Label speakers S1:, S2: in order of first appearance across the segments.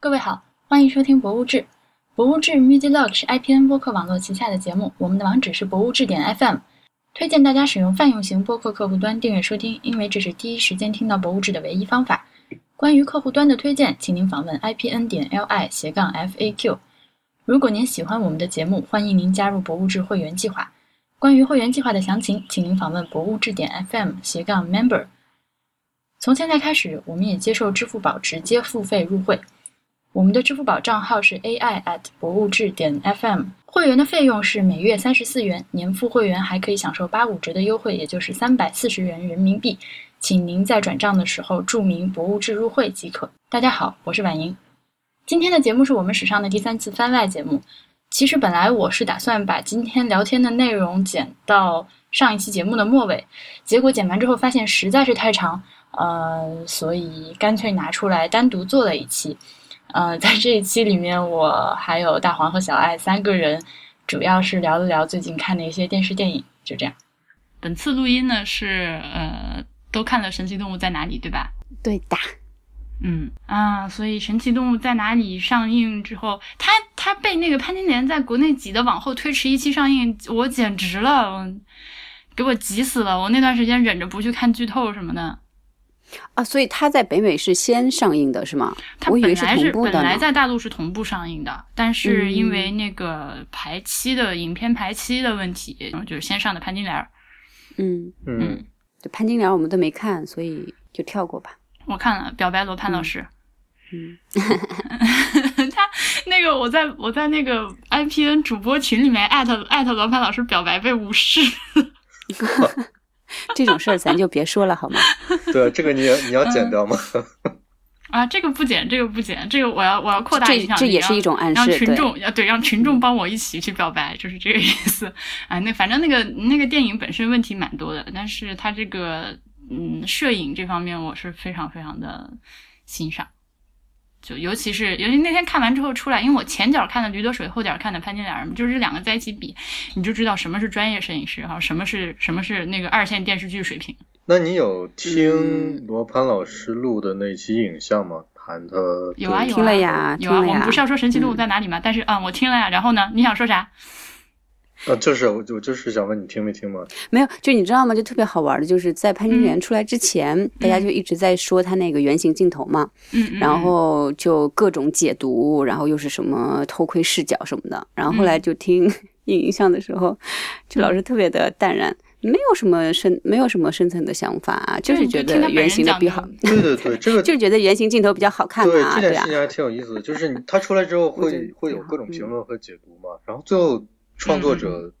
S1: 各位好，欢迎收听《博物志》。《博物志 Music Log》是 IPN 播客网络旗下的节目，我们的网址是博物志点 FM。推荐大家使用泛用型播客客户端订阅收听，因为这是第一时间听到《博物志》的唯一方法。关于客户端的推荐，请您访问 IPN 点 LI 斜杠 FAQ。如果您喜欢我们的节目，欢迎您加入《博物志》会员计划。关于会员计划的详情，请您访问博物志点 FM 斜杠 member。从现在开始，我们也接受支付宝直接付费入会。我们的支付宝账号是 ai at 博物志点 fm，会员的费用是每月三十四元，年付会员还可以享受八五折的优惠，也就是三百四十元人民币。请您在转账的时候注明“博物志入会”即可。大家好，我是婉莹。今天的节目是我们史上的第三次番外节目。其实本来我是打算把今天聊天的内容剪到上一期节目的末尾，结果剪完之后发现实在是太长，呃，所以干脆拿出来单独做了一期。呃，在这一期里面，我还有大黄和小爱三个人，主要是聊了聊最近看的一些电视电影，就这样。
S2: 本次录音呢是呃，都看了《神奇动物在哪里》，对吧？
S3: 对的。
S2: 嗯啊，所以《神奇动物在哪里》上映之后，它它被那个潘金莲在国内挤得往后推迟一期上映，我简直了，我给我急死了！我那段时间忍着不去看剧透什么的。
S3: 啊，所以它在北美是先上映的，是吗？
S2: 它
S3: 我以
S2: 本
S3: 为是
S2: 来
S3: 同步
S2: 本
S3: 的
S2: 来
S3: 呢。嗯
S2: 在大陆是同步上映的，但是因为那个排期的、影片排期的问题，然后就是先上的潘金莲儿。
S3: 嗯，
S2: 嗯，
S3: 就潘金莲我们都没看，所以就跳过吧。
S2: 我看了，表白罗潘老师。
S3: 嗯，
S2: 他那个我在我在那个 IPN 主播群里面艾特艾特罗盘老师表白被无视，
S3: 这种事儿咱就别说了好吗？
S4: 对，这个你也你要
S3: 嗯
S4: 剪掉吗？
S2: 啊，这个不剪，这个不剪，这个我要我要 扩大
S3: 这
S2: 影响力，啊
S3: 这也是一种暗
S2: 让让
S3: 示，
S2: 群
S3: 对。
S2: 众啊要对让群众帮我一起去表白，就是这个意思。啊，那反正那个那个电影本身问题蛮多的，但是他这个嗯摄影这方面我是非常非常的欣赏。就尤其是尤其那天看完之后出来，因为我前脚看的《驴得水》，后脚看的《潘金莲》嘛，就是这两个在一起比，你就知道什么是专业摄影师哈，什么是什么是那个二线电视剧水平。
S4: 那你有听
S3: 嗯
S4: 罗盘老师录的那期影像吗？谈他
S2: 有啊
S4: 对
S2: 有啊，
S3: 听了呀
S2: 有啊。
S3: 听了
S2: 我
S3: 呀嗯
S2: 们不是要说神奇动物在哪里吗？但是啊、我听了呀。然后呢，你想说啥？
S4: 呃，就是我我就是想问你听没听嘛？
S3: 没有，就你知道吗？就特别好玩的，就是在潘金
S2: 嗯
S3: 莲出来之前，大家就一直在说她那个圆形镜头嘛，
S2: 嗯，嗯
S3: 然后就各种解读，然后又是什么偷窥视角什么的。然后后
S2: 嗯
S3: 来就听 影像的时候，这老师特别的淡然，没有什么深，没有什么深层的想法、啊，
S2: 就是你就
S3: 觉
S2: 听他
S3: 得
S2: 本
S3: 圆
S2: 人
S3: 形的
S2: 讲
S3: 比
S2: 就
S3: 好，
S4: 对对对，这 个
S3: 就是觉得圆形镜头比较好看
S4: 对
S3: 啊，
S4: 这
S3: 对
S4: 件事
S3: 啊
S4: 情，还挺有意思的，就是你他出来之后
S3: 我觉
S4: 会
S3: 得
S4: 会有
S3: 挺好
S4: 各种评
S3: 嗯
S4: 论和解读嘛，然后最后创作者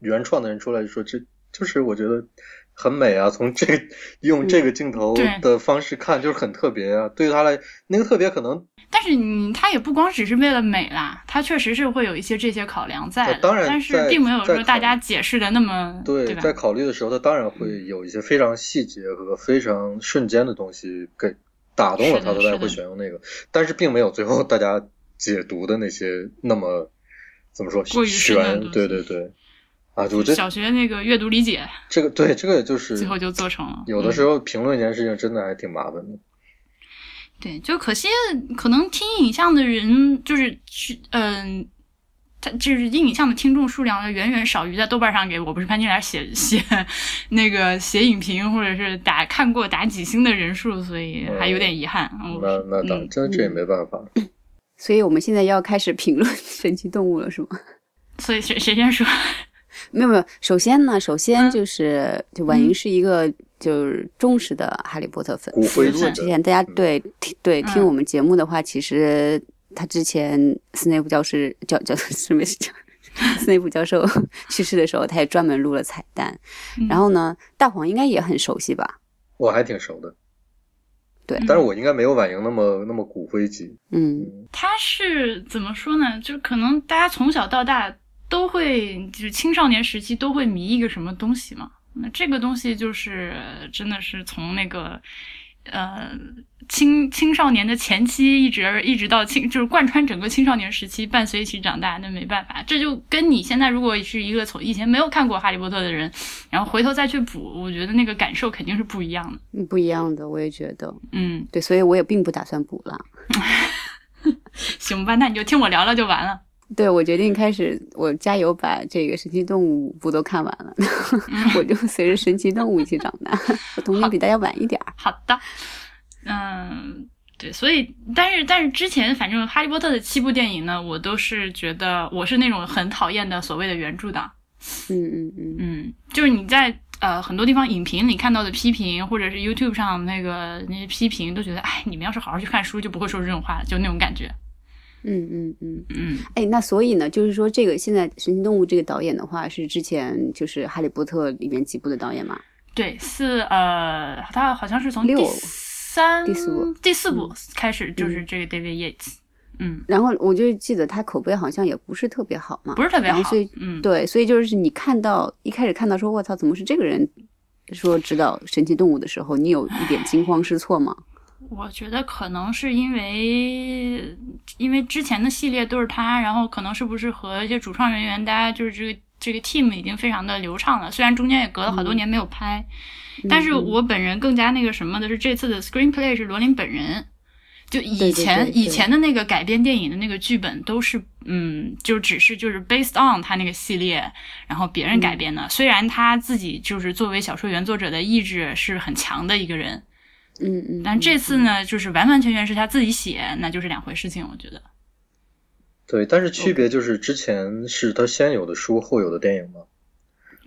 S4: 原创的人出来就说这就是我觉得很美啊，从这个用这
S3: 嗯
S4: 个镜头
S2: 对
S4: 的方式看就是很特别啊，对于他来那个特别可能
S2: 但是你它也不光只是为了美啦，它确实是会有一些这些考量在的。
S4: 呃当然
S2: 但是
S4: 在
S2: 并没有
S4: 在
S2: 说大
S4: 考
S2: 家解释的那么
S4: 对，
S2: 吧
S4: 在？考虑的时候，他当然会有一些非常细节和非常瞬间的东西给打动了
S2: 是
S4: 他，
S2: 的
S4: 他
S2: 是
S4: 才
S2: 的
S4: 会选用那个，但是并没有最后大家解读的那些那么怎么说
S2: 过于深的东
S4: 悬，
S2: 西
S4: 对对对，啊，我觉得
S2: 小学那个阅读理解，
S4: 这个对这个就是
S2: 最后就做成了。嗯
S4: 有的时
S2: 候、
S4: 候评论一件事情真的还挺麻烦的，
S2: 对，就可惜可能听影像的人就是去嗯。他就是听影像的听众数量要远远少于在豆瓣上给我不是潘金莲写写那个写影评或者是打看过打几星的人数，所以还有点遗憾。我
S4: 嗯那那当然
S2: 嗯
S4: 这这也没办法，
S3: 所以我们现在要开始评论 神奇动物了，是吗？
S2: 所以谁谁先说？
S3: 没有没有，首先呢，首先
S2: 嗯
S3: 就是、就婉莹
S2: 嗯
S3: 是一个就是忠实的哈利波特粉
S4: 骨
S3: 丝。
S4: 灰
S3: 如果
S4: 级
S3: 之
S4: 的
S3: 前大家
S4: 嗯
S3: 对听对听
S2: 嗯
S3: 我们节目的话，其实他之前斯内普教师教教什么教斯内普教授 去世的时候，他也专门录了彩蛋。
S2: 嗯
S3: 然后呢，大黄应该也很熟悉吧？
S4: 我还挺熟的，
S3: 对
S2: 嗯
S4: 但是我应该没有婉莹那么那么骨灰级，
S3: 嗯，
S2: 他是怎么说呢？就可能大家从小到大都会，就是青少年时期都会迷一个什么东西嘛。那这个东西就是呃真的是从那个呃青青少年的前期，一直一直到青，就是贯穿整个青少年时期，伴随一起长大。那没办法，这就跟你现在如果是一个从以前没有看过《哈利波特》的人，然后回头再去补，我觉得那个感受肯定是不一样的。
S3: 嗯不一样的，我也觉得
S2: 嗯，
S3: 对，所以我也并不打算补了。
S2: 行吧，那你就听我聊聊就完了。
S3: 对，我决定开始，我加油把这个《神奇动物》五部都看完了， 我就随着《神奇动物》一起长大。我童年比大家晚一点儿，
S2: 好的，嗯，对，所以，但是，但是之前反正《哈利波特》的七部电影呢，我都是觉得我是那种很讨厌的所谓的原著党，
S3: 嗯嗯嗯，
S2: 嗯，就是你在呃很多地方影评里看到的批评，或者是 YouTube 上那个那些批评，都觉得，哎，你们要是好好去看书，就不会说这种话了，就那种感觉。
S3: 嗯嗯嗯，
S2: 嗯，
S3: 哎，那所以呢，就是说这个现在《神奇动物》这个导演的话，是之前就是《哈利波特》里面几部的导演嘛？
S2: 对，是呃，他好像是从第
S3: 六
S2: 三、
S3: 第四部嗯
S2: 第四部开始，就是这个 David Yates，嗯，
S3: 然后我就记得他口碑好像也不是特别好嘛，
S2: 不是特别
S3: 然后
S2: 好
S3: 所以，
S2: 嗯，
S3: 对，所以就是你看到一开始看到说“我操，怎么是这个人”，说指导神奇动物的时候，你有一点惊慌失措吗？
S2: 我觉得可能是因为，因为之前的系列都是他，然后可能是不是和一些主创人员，大家就是这个这个 team 已经非常的流畅了。虽然中间也隔了好
S3: 嗯
S2: 多年没有拍，但是我本人更加那个什么的是，这次的 screenplay 是罗琳本人。就以
S3: 对对
S2: 前
S3: 对
S2: 以前的那个改编电影的那个剧本都是，嗯，就只是就是 based on 他那个系列，然后别人
S3: 嗯
S2: 改编的。虽然他自己就是作为小说原作者的意志是很强的一个人，
S3: 嗯嗯，
S2: 但这次呢，就是完完全全是他自己写，那就是两回事情，我觉得。
S4: 对，但是区别就是之前是他先有的书，后有的电影嘛，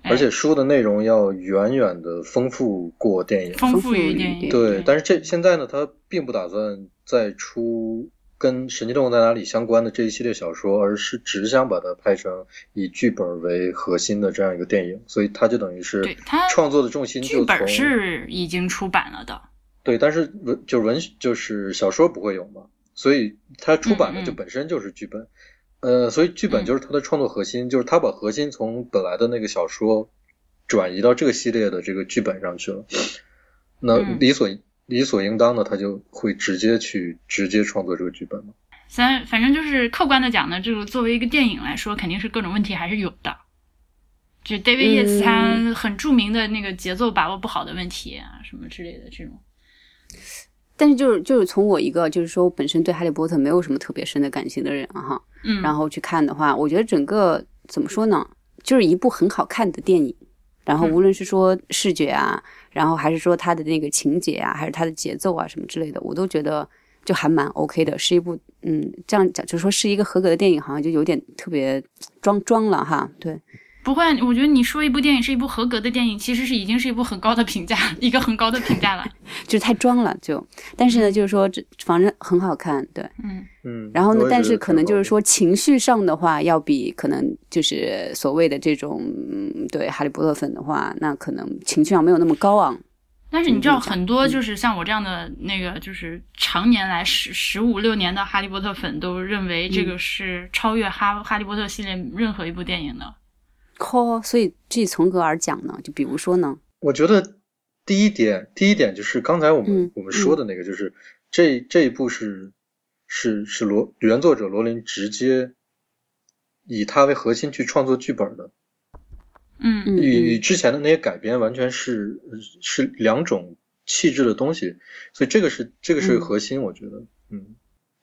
S2: 哎
S4: 而且书的内容要远远的丰富过电影。
S2: 丰
S3: 丰
S2: 富
S3: 富
S2: 于
S3: 于
S2: 电
S3: 电
S2: 影，
S3: 影
S4: 对，但是这现在呢，他并不打算再出跟《神奇动物在哪里》相关的这一系列小说，而是只想把它拍成以剧本为核心的这样一个电影，所以他就等于
S2: 对
S4: 是
S2: 他
S4: 创作的重心
S2: 剧
S4: 就从
S2: 本是已经出版了的，
S4: 对，但是文就文就是小说不会有嘛，所以他出版
S2: 嗯
S4: 的
S2: 嗯
S4: 就本身就是剧本，呃，所以剧本就是他的创作核心，就是他把核心从本来的那个小说转移到这个系列的这个剧本上去了，那
S2: 嗯
S4: 理所、理所应当的，他就会直接去直接创作这个剧本嘛。
S2: 咱反正就是客观的讲呢，这个作为一个电影来说，肯定是各种问题还是有的。就 David Yates 他
S3: 嗯
S2: 很著名的那个节奏把握不好的问题啊，什么之类的这种。
S3: 但是就是就是从我一个就是说我本身对哈利波特没有什么特别深的感情的人啊哈，
S2: 嗯，
S3: 然后去看的话，我觉得整个怎么说呢，就是一部很好看的电影。然后
S2: 嗯
S3: 无论是说视觉啊，然后还是说它的那个情节啊，还是它的节奏啊什么之类的，我都觉得就还蛮 OK 的，是一部嗯，这样讲就说是一个合格的电影，好像就有点特别装装了哈。对，
S2: 不会啊，我觉得你说一部电影是一部合格的电影，其实是已经是一部很高的评价， 一个很高的评价了。
S3: 就是太装了就，但是呢，就是说这反正很好看，对。
S2: 嗯，
S4: 嗯，
S3: 然后呢
S4: 我，也
S3: 但
S4: 觉
S3: 是
S4: 得
S3: 可能就是
S4: 挺好
S3: 说情绪上的话，要比可能就是所谓的这种嗯对哈利波特粉的话，那可能情绪上没有那么高昂。
S2: 但是你知
S3: 嗯
S2: 道，
S3: 这样
S2: 很多就是像我这样的那个，就是常年来十十五六年的哈利波特粉都认为
S3: 嗯
S2: 这个是超越哈、哈利波特系列任何一部电影的。
S3: 哦，所以这从何而讲呢？就比如说呢，
S4: 我觉得第一点，第一点就是刚才我们、
S3: 嗯
S4: 我们说的那个，就是、这这一部是是是罗原作者罗琳直接以他为核心去创作剧本的，
S2: 嗯
S3: 嗯
S4: 与与
S3: 嗯
S4: 之前的那些改编完全是呃是两种气质的东西，所以这个是这个是
S3: 嗯
S4: 核心，我觉得，嗯，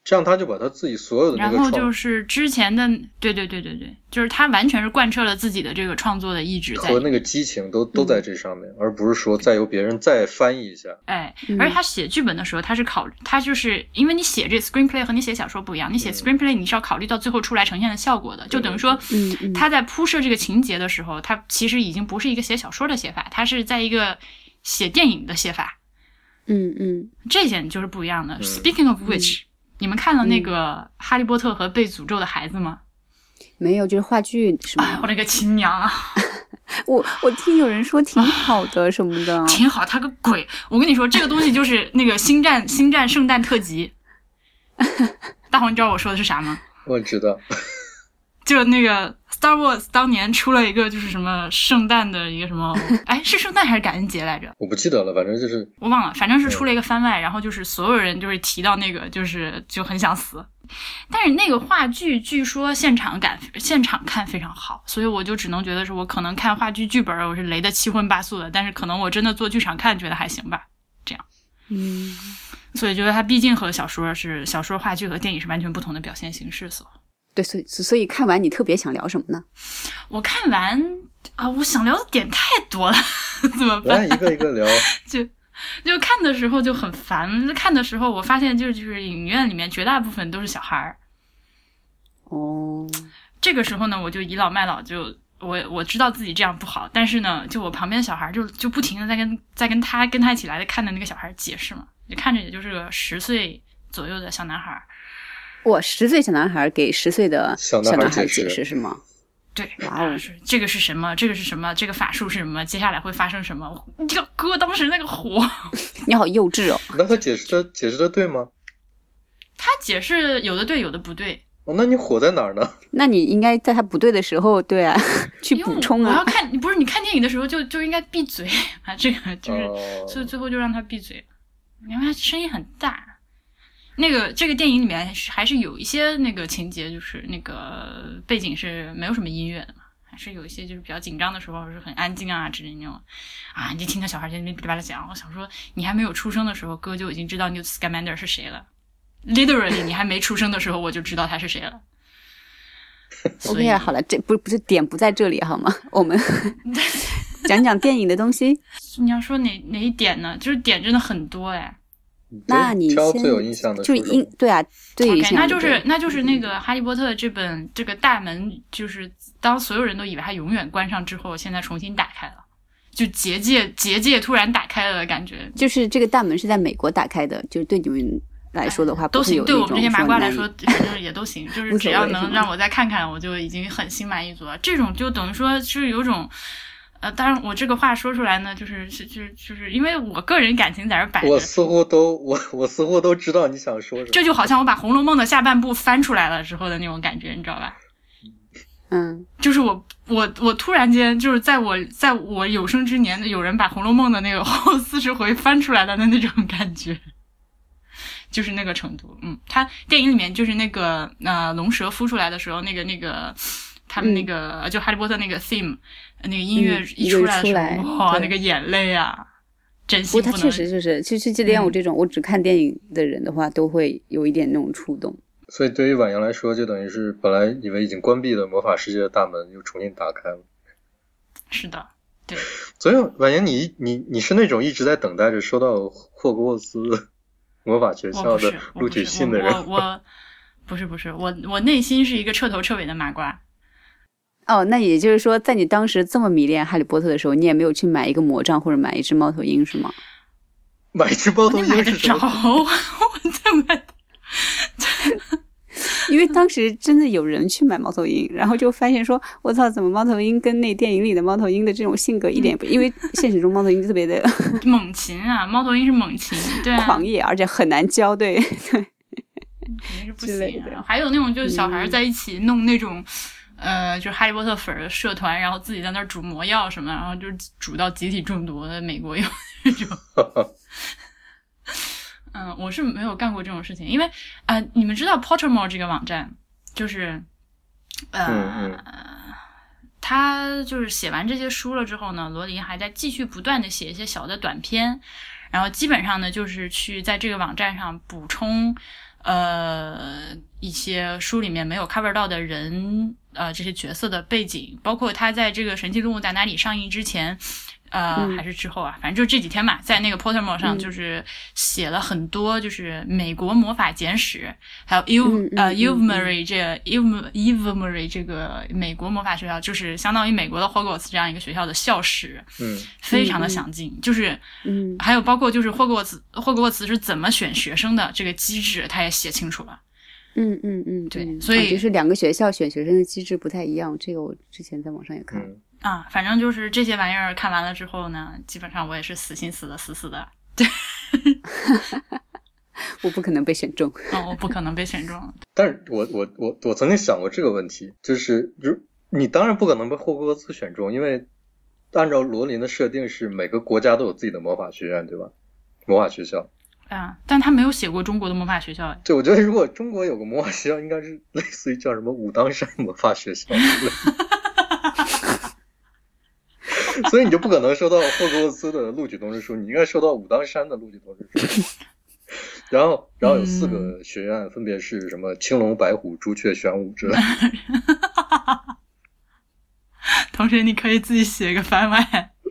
S4: 这样他就把他自己所有的那
S2: 然
S4: 个
S2: 后
S4: 创
S2: 就是之前的，对对对对对，就是他完全是贯彻了自己的这个创作的意志在里
S4: 和
S2: 面。
S4: 那个激情
S3: 嗯
S4: 都都在这上面，而不是说再由别人再翻译一下，
S2: 哎，
S3: 嗯
S2: 而且他写剧本的时候，他是考虑，他就是因为你写这 screenplay 和你写小说不一样，你写
S4: 嗯
S2: screenplay 你是要考虑到最后出来呈现的效果的，就等于说
S3: 嗯嗯
S2: 他在铺设这个情节的时候，他其实已经不是一个写小说的写法，他是在一个写电影的写法，
S3: 嗯嗯，
S2: 这点就是不一样的。
S4: 嗯
S2: Speaking of which，、你们看了那个《哈利波特和被诅咒的孩子》吗？
S3: 没有，就是话剧什
S2: 哎，
S3: 么
S2: 我
S3: 的。
S2: 勒个亲娘啊！
S3: 我我听有人说挺好的什么 的，
S2: 挺好，他个鬼！我跟你说，这个东西就是那个《星战》《星战》圣诞特辑。大黄，你知道我说的是啥吗？
S4: 我知道，
S2: 就那个 Star Wars 当年出了一个就是什么圣诞的一个什么，哎，是圣诞还是感恩节来着？
S4: 我不记得了，反 正就是
S2: 我忘了，反正是出了一个番外，然后就是所有人就是提到那个，就是就很想死。但是那个话剧据说现场感现场看非常好，所以我就只能觉得是我可能看话剧剧本我是雷得七荤八素的，但是可能我真的做剧场看觉得还行吧。
S3: 嗯，
S2: 所以觉得它毕竟和小说是小说、话剧和电影是完全不同的表现形式所。
S3: 对，所以所以看完你特别想聊什么呢？
S2: 我看完啊，我想聊的点太多了， 怎么办？
S4: 来一个一个聊。
S2: 就就看的时候就很烦，就看的时候我发现就是就是影院里面绝大部分都是小孩儿。
S3: 哦，
S2: 这个时候呢，我就倚老卖老就。我我知道自己这样不好，但是呢，就我旁边的小孩儿就就不停的在跟在跟他跟他一起来的看的那个小孩儿解释嘛，就看着也就是个十岁左右的小男孩儿，
S3: 我十岁小男孩给十岁的
S4: 小
S3: 小
S4: 男孩
S3: 孩
S4: 解
S3: 解
S4: 释
S3: 释是吗？
S2: 对，
S3: 哇哦
S2: 是这个是什么？这个是什么？这个法术是什么？接下来会发生什么？你这个哥当时那个火，
S3: 你好幼稚哦！
S4: 那他 解释的解释的对吗？
S2: 他解释有的对，有的不对，
S4: 哦，那你火在哪儿呢？
S3: 那你应该在他不对的时候，对啊， 去
S2: 因为
S3: 补充
S2: 我要
S3: 啊。
S2: 看，不是你看电影的时候就就应该闭嘴啊，这个就是，
S4: 哦
S2: 所以最后就让他闭嘴。你看他声音很大。那个这个电影里面是还是有一些那个情节，就是那个背景是没有什么音乐的嘛，还是有一些就是比较紧张的时候是很安静啊之类的那种啊，你就听到小孩在那边噼里啪啦讲。我想说，你还没有出生的时候，哥就已经知道 Newt Scamander 是谁了。Literally，你还没出生的时候，我就知道他是谁了。所
S3: OK
S2: 以
S3: 啊，好了，这不不是点不在这里好吗？ 我们讲讲电影的东西。
S2: 你要说哪哪一点呢？就是点真的很多哎。
S3: 那你
S4: 挑
S3: 先
S4: 最有印象的
S3: 就是
S4: 什么
S3: 印对啊，对有
S2: OK，
S3: 印象
S2: 那
S3: 的
S2: 就是
S3: 对
S2: 那就是那个《哈利波特》这本这个大门，就是当所有人都以为它永远关上之后，现在重新打开了，就结界结界突然打开了的感觉。
S3: 就是这个大门是在美国打开的，就是对你们来说的话，
S2: 哎都
S3: 不会
S2: 行，
S3: 有
S2: 对
S3: 那
S2: 我们
S3: 种
S2: 这些麻瓜
S3: 难
S2: 来
S3: 以
S2: 说，就是也都行，就
S3: 无
S2: 是
S3: 所
S2: 只要
S3: 谓是
S2: 能
S3: 吗
S2: 让我再看看，我就已经很心满意足了。这种就等于说是有种，呃，当然我这个话说出来呢，就是是就是就是因为我个人感情在这儿摆着
S4: 我，似乎都我我似乎都知道你想说什
S2: 这就好像我把《红楼梦》的下半部翻出来了之后的那种感觉，你知道吧？
S3: 嗯，
S2: 就是我我我突然间就是在我在我有生之年，有人把《红楼梦》的那个 后四十回翻出来了的那种感觉，就是那个程度。嗯，他电影里面就是那个呃龙蛇孵出来的时候，那个那个他们那个、就哈利波特那个 theme 那个音乐
S3: 嗯
S2: 一出来的
S3: 一出
S2: 时
S3: 来
S2: 候，哇，
S3: 对
S2: 那个眼泪啊，真
S3: 不过
S2: 心
S3: 他
S2: 不
S3: 确
S2: 能嗯
S3: 实就是，其实就连我这种我只看电影的人的话，都会有一点那种触动。
S4: 么。所以对于婉莹来说，就等于是本来以为已经关闭的魔法世界的大门又重新打开了。
S2: 是的，对。
S4: 所以婉莹，你你你是那种一直在等待着收到霍格沃兹 魔法学
S2: 我
S4: 校
S2: 哦不
S4: 的
S2: 是，我
S4: 录
S2: 不
S4: 取
S2: 是，
S4: 信的人
S2: 我我我不是不是，我我内心是一个彻头彻尾的麻瓜。
S3: 哦，那也就是说，在你当时这么迷恋《哈利波特》的时候，你也没有去买一个魔杖或者买一只猫头鹰，是吗？
S4: 买一只猫头
S2: 我
S4: 鹰
S2: 哪买得
S4: 是什
S2: 着，
S4: 么？
S2: 我 怎么
S3: 因为当时真的有人去买猫头鹰，然后就发现说，我操，怎么猫头鹰跟那电影里的猫头鹰的这种性格一点也不？因为现实中猫头鹰特别的
S2: 猛禽啊？猫头鹰是猛 禽，对啊，
S3: 狂野，而且很难教， 对。
S2: 肯定是不
S3: 之类
S2: 行啊
S3: 的。嗯
S2: 还有那种就是小孩儿在一起弄那种。呃，就是哈利波特粉儿社团，然后自己在那儿煮魔药什么，然后就是煮到集体中毒的。美国有那种， 嗯、我是没有干过这种事情，因为啊、呃你们知道 Pottermore 这个网站，就是呃，
S4: 嗯
S2: 他就是写完这些书了之后呢，罗琳还在继续不断的写一些小的短篇，然后基本上呢就是去在这个网站上补充，呃，一些书里面没有 cover 到的人，呃，这些角色的背景，包括他在这个《神奇动物在哪里》上映之前。呃，
S3: 嗯
S2: 还是之后啊，反正就这几天嘛，在那个 Pottermore 上
S3: 嗯
S2: 就是写了很多，就是美国魔法简史，还有 Ev、
S3: 嗯嗯
S2: 呃
S3: 嗯
S2: Evmery 这 Ev Evmery 这个美国魔法学校，就是相当于美国的 Hogwarts 这样一个学校的校史，
S4: 嗯，
S2: 非常的详尽。就是
S3: 嗯
S2: 还有包括就是霍格沃茨霍格沃茨是怎么选学生的这个机制，他也写清楚了。
S3: 嗯嗯嗯，
S2: 对
S3: 嗯
S2: 所以
S3: 啊就是两个学校选学生的机制不太一样，这个我之前在网上也看了。
S4: 嗯
S2: 啊，反正就是这些玩意儿看完了之后呢，基本上我也是死心死的死死的，
S3: 我不可能被选中。
S2: 嗯，我不可能被选中。
S4: 但是我我我我曾经想过这个问题，就是如你当然不可能被霍格沃兹选中，因为按照罗琳的设定是每个国家都有自己的魔法学院，对吧？ 魔法学校，
S2: 啊，但他没有写过中国的魔法学校，哎
S4: 对，我觉得如果中国有个魔法学校，应该是类似于叫什么武当山魔法学校之类的所以你就不可能收到霍格沃兹的录取通知书，你应该收到武当山的录取通知书。然后，然后有四个学院，分别是什么青龙、白虎、朱雀、玄武之类的。
S2: 同时你可以自己写个番外，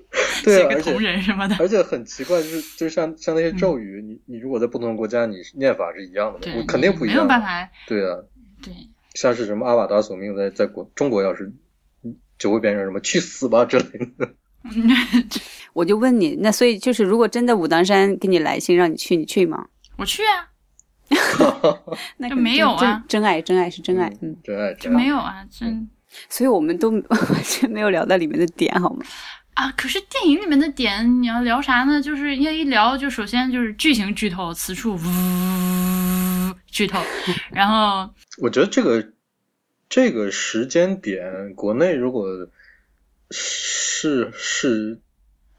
S4: 对
S2: 写
S4: 啊，
S2: 个
S4: 而且
S2: 同人什么的。
S4: 而且很奇怪，就是就是像像那些咒语，你你如果在不同的国家，你念法是一样的
S2: 对
S4: 吗？我，肯定
S2: 你
S4: 不一
S2: 没有
S4: 样
S2: 办
S4: 的。
S2: 法，
S4: 对啊，
S2: 对，
S4: 像是什么阿瓦达索命，在在国中国要是就会变成什么去死吧之类的。
S3: 我就问你，那所以就是，如果真的武当山给你来信让你去，你去吗？
S2: 我去啊，
S3: 那
S2: 就
S3: 可能
S2: 没
S3: 真
S2: 有啊
S3: 真真爱，真爱是真爱，嗯
S4: 嗯，真爱
S2: 就
S4: 真
S2: 没
S4: 爱。
S2: 有啊，真
S3: 所以我们都 完全没有聊到里面的点，好吗？
S2: 啊，可是电影里面的点，你要聊啥呢？就是因为一聊，就首先就是剧情剧透，此处呜剧透，然后
S4: 我觉得这个这个时间点，国内如果是是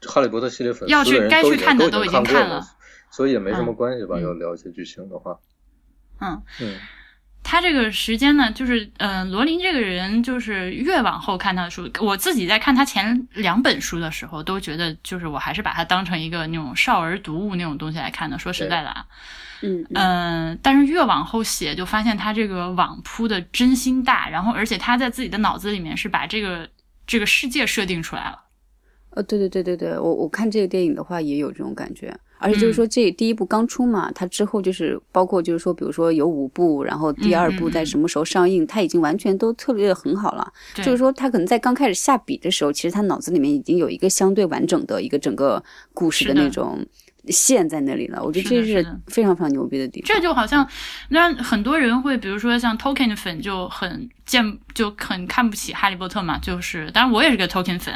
S4: 哈利波特系列粉丝
S2: 要去
S4: 的人
S2: 该
S4: 都
S2: 去
S4: 已经
S2: 看的
S4: 都
S2: 都
S4: 已
S2: 已
S4: 经
S2: 经
S4: 过
S2: 看了，
S4: 所以也没什么
S2: 嗯
S4: 关系吧？
S2: 嗯
S4: 要聊一些剧情的话，
S2: 嗯，
S4: 嗯，
S2: 他这个时间呢，就是呃，罗琳这个人，就是越往后看他的书，我自己在看他前两本书的时候，都觉得就是我还是把它当成一个那种少儿读物那种东西来看的。说实在的啊，
S3: 嗯
S2: 嗯，但是越往后写，就发现他这个网铺的真心大，然后而且他在自己的脑子里面是把这个这个世界设定出来了。
S3: 呃，对对对对对，我我看这个电影的话也有这种感觉，而且
S2: 嗯
S3: 就是说这第一部刚出嘛，它之后就是包括就是说，比如说有五部，然后第二
S2: 嗯
S3: 部在什么时候上映，它已经完全都策略得很好了。
S2: 对
S3: 就是说他可能在刚开始下笔的时候，其实他脑子里面已经有一个相对完整的一个整个故事的
S2: 是的
S3: 那种线在那里了。我觉得
S2: 是的
S3: 这
S2: 是
S3: 是
S2: 的
S3: 非常非常牛逼的地方。
S2: 这就好像，那很多人会，比如说像 Token 粉就很见就很看不起哈利波特嘛，就是，当然我也是个 Token 粉，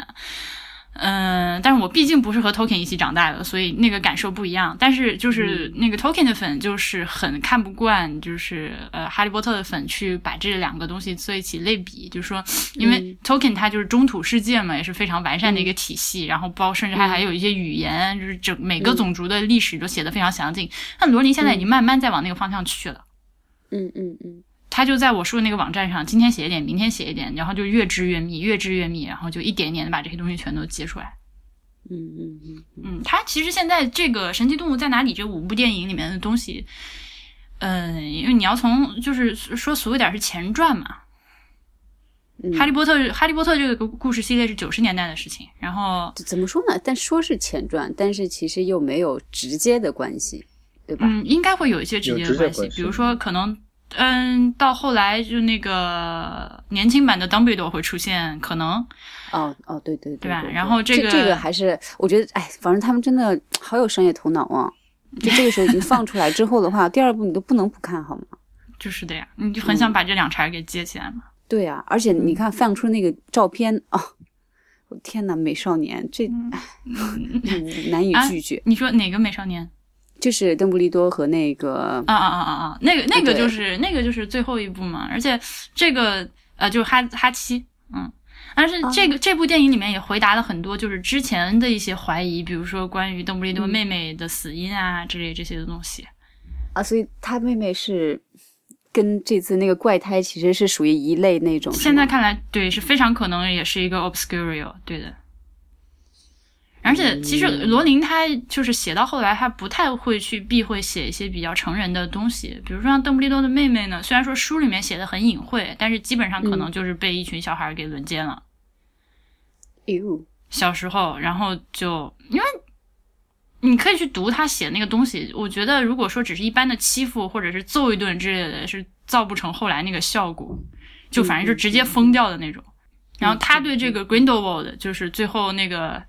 S2: 嗯、但是我毕竟不是和 Token 一起长大的，所以那个感受不一样。但是就是那个 Token 的粉就是很看不惯，就是呃哈利波特的粉去把这两个东西做一起类比，就是说，因为 Token 它就是中土世界嘛，也是非常完善的一个体系，然后包甚至还
S3: 嗯
S2: 还有一些语言，就是整每个
S3: 嗯
S2: 种族的历史都写得非常详尽。但罗琳现在已经慢慢在往那个方向去了。
S3: 嗯嗯嗯，
S2: 他就在我说的那个网站上，今天写一点，明天写一点，然后就越织越密，越织越密，然后就一点一点的把这些东西全都接出来。
S3: 嗯嗯嗯，
S2: 嗯，他其实现在这个《神奇动物在哪里》这五部电影里面的东西，嗯、因为你要从就是说俗一点是前传嘛，
S3: 嗯
S2: 哈利波特》《哈利波特》这个故事系列是九十年代的事情，然后
S3: 怎么说呢？但说是前传，但是其实又没有直接的关系，对吧？
S2: 嗯，应该会有一些直
S4: 有
S2: 接
S4: 直
S2: 的
S4: 接
S2: 关系
S4: 关，系
S2: 比如说可能。嗯，到后来就那个年轻版的 Dumbledore 会出现，可能
S3: 哦哦，对对对
S2: 对吧
S3: 对
S2: 然后
S3: 这
S2: 这个
S3: 这个还是我觉得，哎，反正他们真的好有商业头脑啊！就这个时候已经放出来之后的话，第二部你都不能不看好吗？
S2: 就是的呀，你就很想把这两茬儿给接起来嘛。
S3: 对呀、而且你看放出那个照片哦，我天哪，美少年这、哎嗯难以
S2: 啊
S3: 拒绝，
S2: 你说哪个美少年？
S3: 就是邓布利多和那个
S2: 啊啊啊啊啊！那个那个
S3: 对
S2: 就是那个就是最后一部嘛，而且这个呃就是哈哈七，嗯，但是这个、这部电影里面也回答了很多就是之前的一些怀疑，比如说关于邓布利多
S3: 嗯
S2: 妹妹的死因啊之类这些的东西。
S3: 啊，所以他妹妹是跟这次那个怪胎其实是属于一类那种。是
S2: 现在
S3: 吗
S2: 看来，对是非常可能也是一个 obscurio，对的。而且其实罗琳她就是写到后来，她不太会去避讳写一些比较成人的东西，比如说像邓布利多的妹妹呢，虽然说书里面写的很隐晦，但是基本上
S3: 嗯
S2: 可能就是被一群小孩给轮奸了。
S3: 哎呦，
S2: 小时候，然后就因为你可以去读他写那个东西，我觉得如果说只是一般的欺负或者是揍一顿之类的，是造不成后来那个效果，就反正就直接疯掉的那种。然后他对这个 Grindelwald，就是最后那个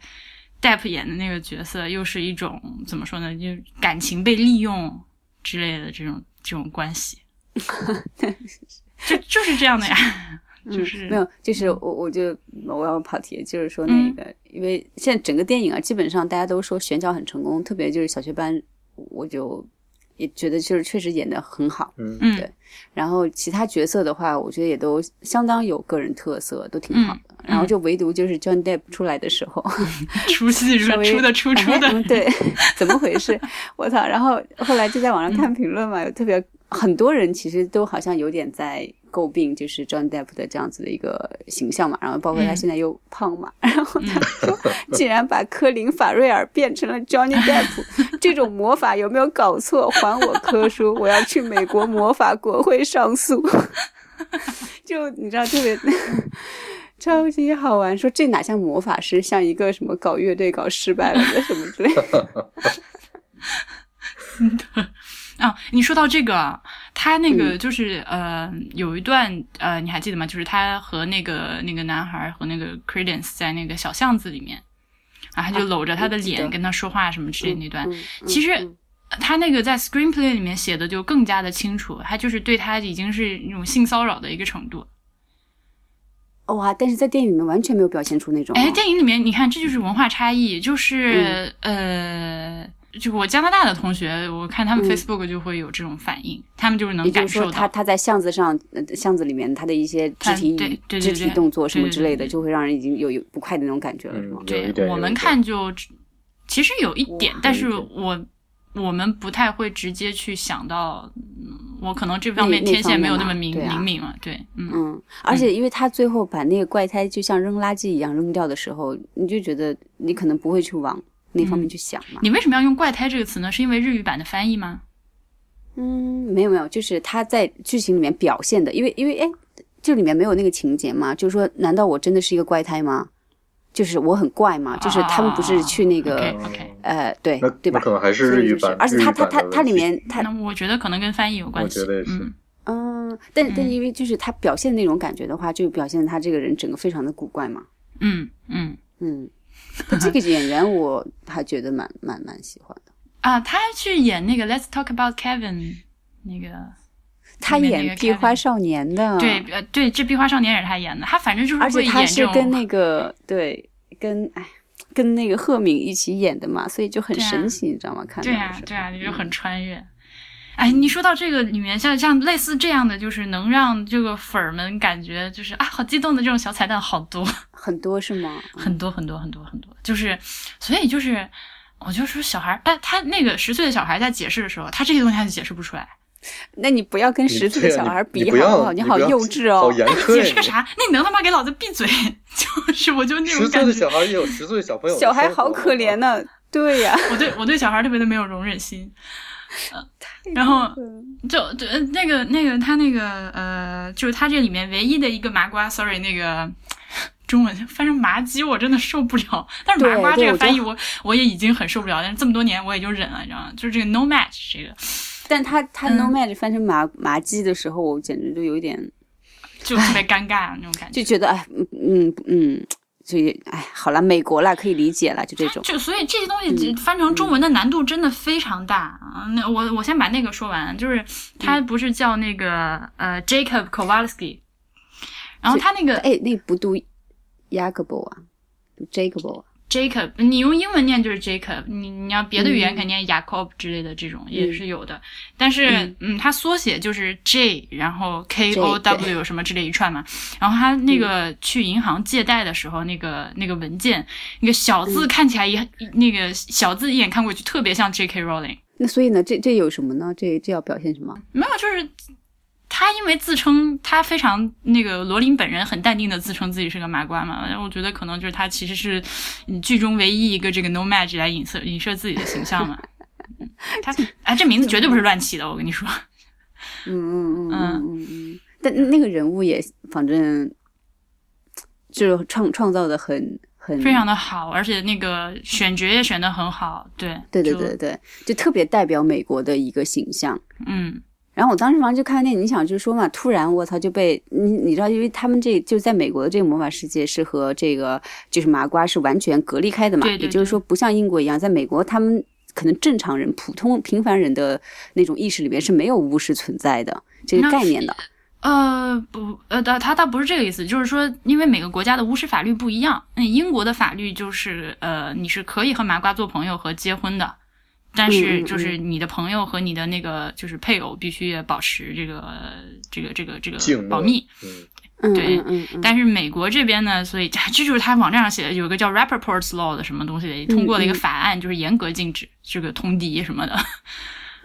S2: Depp 演的那个角色，又是一种怎么说呢，就是感情被利用之类的这种这种关 系，就就是这样的呀， 就是
S3: 嗯
S2: 嗯
S3: 没有，就是我我就我要跑题，就是说那个，因为现在整个电影啊，基本上大家都说选角很成功，特别就是小学班，我就也觉得就是确实演的很好。
S4: 嗯，
S2: 嗯
S3: 对然后其他角色的话，我觉得也都相当有个人特色，都挺好的。
S2: 嗯
S3: 然后就唯独就是 John Depp 出来的时候，
S2: 出戏是
S3: 稍
S2: 吧
S3: 微
S2: 出的出出
S3: 哎
S2: 的
S3: 嗯， 对，怎么回事？我
S2: 嗯
S3: 操！然后后来就在网上看评论嘛，有特别很多人其实都好像有点在诟病就是 John Depp 的这样子的一个形象嘛，然后包括他
S2: 嗯
S3: 现在又胖嘛，然后他
S2: 嗯
S3: 说竟然把科林法瑞尔变成了 Johnny Depp，这种魔法有没有搞错？还我科书，我要去美国魔法国会上诉。 就你知道特别超级好玩，说这哪像魔法师，像一个什么搞乐队搞失败了的什么之 类的。
S2: 啊，你说到这个啊，他那
S3: 嗯
S2: 个就是、呃，有一段呃，你还记得吗？就是他和那个那个男孩儿和那个 Credence 在那个小巷子里面，啊，他就搂着他的
S3: 我记
S2: 脸
S3: 得
S2: 跟他说话什么之类的那段，
S3: 嗯嗯
S2: 其实
S3: 嗯
S2: 他那个在 screenplay 里面写的就更加的清楚，他就是对他已经是那种性骚扰的一个程度。
S3: 哦哇，但是在电影里面完全没有表现出那种哦。
S2: 哎，电影里面你看，这就是文化差异，就是、呃，就我加拿大的同学，我看他们
S3: 嗯
S2: Facebook 就会有这种反应，他们就是能
S3: 也就
S2: 感
S3: 是说
S2: 受
S3: 他，他
S2: 到。
S3: 在巷子上、呃巷子里面，他的一些肢
S2: 他
S3: 体
S2: 对
S3: 语
S2: 对对
S3: 肢体动作什么
S2: 对对
S3: 之类的，
S2: 对
S3: 就会让人已经有有不快的那种感觉了，是吗
S4: 嗯？有
S2: 对
S4: 一点，
S2: 我
S4: 有
S2: 们
S4: 一点
S2: 看就其实有一点
S3: 哇，
S2: 但是我我们不太会直接去想到，嗯我可能这方
S3: 那
S2: 面
S3: 那
S2: 天
S3: 方
S2: 线没
S3: 面
S2: 有那么
S3: 嘛
S2: 明
S3: 对啊
S2: 灵敏嘛，对，嗯
S3: 嗯，而且因为他最后把那个怪胎就像扔垃圾一样扔掉的时候，你就觉得你可能不会去往那方面去想嘛。
S2: 嗯你为什么要用“怪胎”这个词呢？是因为日语版的翻译吗？
S3: 嗯，没有没有，就是他在剧情里面表现的，因为因为哎，这里面没有那个情节嘛，就是说，难道我真的是一个怪胎吗？就是我很怪嘛，就是他们不是去那个、
S2: 啊 OK OK，
S3: 呃，对
S4: 那
S3: 对吧
S4: 那？可能还是
S3: 所以
S4: 日语
S3: 就是
S4: 版，
S3: 而且
S4: 日语
S3: 它它
S4: 版
S3: 它
S4: 的
S3: 它里
S4: 问题
S3: 面它
S2: 那我觉得可能跟翻译有关系。
S4: 我觉得也是
S2: 嗯，
S3: 嗯，但但
S2: 嗯
S3: 因为就是他表现那种感觉的话，就表现他这个人整个非常的古怪嘛。
S2: 嗯嗯
S3: 嗯，但这个演员我还觉得蛮蛮蛮喜欢的，
S2: 啊，他去演那个《Let's Talk About Kevin》那个，
S3: 他
S2: 里面
S3: 演
S2: 那
S3: 《
S2: 个
S3: 壁花
S2: Kevin
S3: 少年》的，
S2: 对，呃对，这《壁花少年》也是他演的，他反正就是
S3: 嗯而且
S2: 会
S3: 他
S2: 演这
S3: 是跟
S2: 种。
S3: 那个对跟哎跟那个赫敏一起演的嘛，所以就很
S2: 对啊
S3: 神奇，你知道吗？看到
S2: 对
S3: 的
S2: 啊
S3: 时，候
S2: 对啊，就
S3: 嗯
S2: 很穿越。哎，你说到这个里面，像像类似这样的，就是能让这个粉儿们感觉就是啊，好激动的这种小彩蛋好多。
S4: 嗯
S3: 很多是吗？嗯
S2: 很多很多很多很多，就是，所以就是，我就说小孩儿，但他那个十岁的小孩在解释的时候，他这些东西他就解释不出来，
S3: 那你不要跟
S4: 你
S3: 十岁
S4: 对
S3: 的小
S4: 啊你
S3: 孩
S4: 你
S3: 比
S4: 不
S3: 好
S4: 要
S3: 好？你
S4: 你
S3: 好
S4: 不要
S3: 幼稚哦
S4: 好， 严苛
S2: 解
S4: 呀
S2: 释个
S4: 你！
S2: 啥？那你能他妈给老子闭嘴！ 就是我就那种
S4: 十岁
S2: 感
S4: 的
S2: 觉
S4: 小，孩也有十岁小朋友的
S3: 小孩
S4: 生活
S3: 好可怜
S4: 啊。
S3: 呢。对呀、
S2: 我对我对小孩儿特别的没有容忍心。然后
S3: 嗯
S2: 就就呃那个那个他那个呃，就是他这里面唯一的一个麻瓜，sorry，那个中文翻成麻鸡，我真的受不了。但是麻
S3: 对
S2: 瓜
S3: 对
S2: 这个
S3: 我觉
S2: 翻
S3: 得
S2: 译我，我也已经很受不了，但是这么多年我也就忍了，你知道吗？就是这个 no match 这个，
S3: 但他他
S2: 嗯
S3: nomad 翻成麻麻鸡的时候，我简直就有一点
S2: 就特别尴尬啊那种感觉
S3: 就。觉得哎，嗯嗯嗯，就也哎，好了，美国啦，可以理解了，就这种。嗯
S2: 就所以这些东西这翻成中文的难度真的非常大啊！那我我先把那个说完，
S3: 嗯
S2: 就是他不是叫那个、呃 Jacob Kowalski，然后他那个
S3: 哎，那不读 Jacobo 啊，读 Jacobo 啊。
S2: Jacob，你用英文念就是 Jacob，你你要别的语言
S3: 嗯
S2: 肯定念 Jacob 之类的这种也是有的，但是嗯，它缩写就是 J，然嗯后 K O W 什么之类一串嘛。然后他那个去银行借贷的时候，那个那个文件，那个小字看起来也、那个小字一眼看过去特别像 J K Rowling，
S3: 那所以呢，这这有什么呢？这这要表现什么？
S2: 没有就是。他因为自称他非常那个罗琳本人很淡定的自称自己是个麻瓜嘛，然后我觉得可能就是他其实是嗯剧中唯一一个这个 no match 来影射影射自己的形象 嘛。嗯他啊，这名字绝对不是乱起的，我跟你说。
S3: 嗯嗯嗯嗯嗯嗯。但那个人物也，反正就是创创造的很很
S2: 非常的好，而且那个选角也选的很好，对，
S3: 对对
S2: 就
S3: 对，对，就特别代表美国的一个形象。
S2: 嗯，
S3: 然后我当时反正就看电影，你想就是说嘛，突然我操就被你你知道，因为他们这就在美国的这个魔法世界是和这个就是麻瓜是完全隔离开的嘛，
S2: 对对对
S3: 也就是说不像英国一样，在美国他们可能正常人、普通平凡人的那种意识里面是没有巫师存在的这个
S2: 那
S3: 概念的。
S2: 呃，不，呃，他他倒不是这个意思，就是说，因为每个国家的巫师法律不一样，那英国的法律就是，呃，你是可以和麻瓜做朋友和结婚的，但
S3: 嗯
S2: 是
S3: 嗯
S2: 就是你的朋友和你的那个就是配偶必须也保持这个这个这个这
S4: 静
S2: 个
S4: 默
S2: 保密。
S4: 嗯，
S3: 嗯
S2: 对
S3: 嗯嗯嗯。
S2: 但是美国这边呢，所以 这这就是他网站上写的有一个叫 Rapperport's Law 的什么东西的，通过了一个
S3: 嗯
S2: 法案，就是严格禁止这个通敌什么的。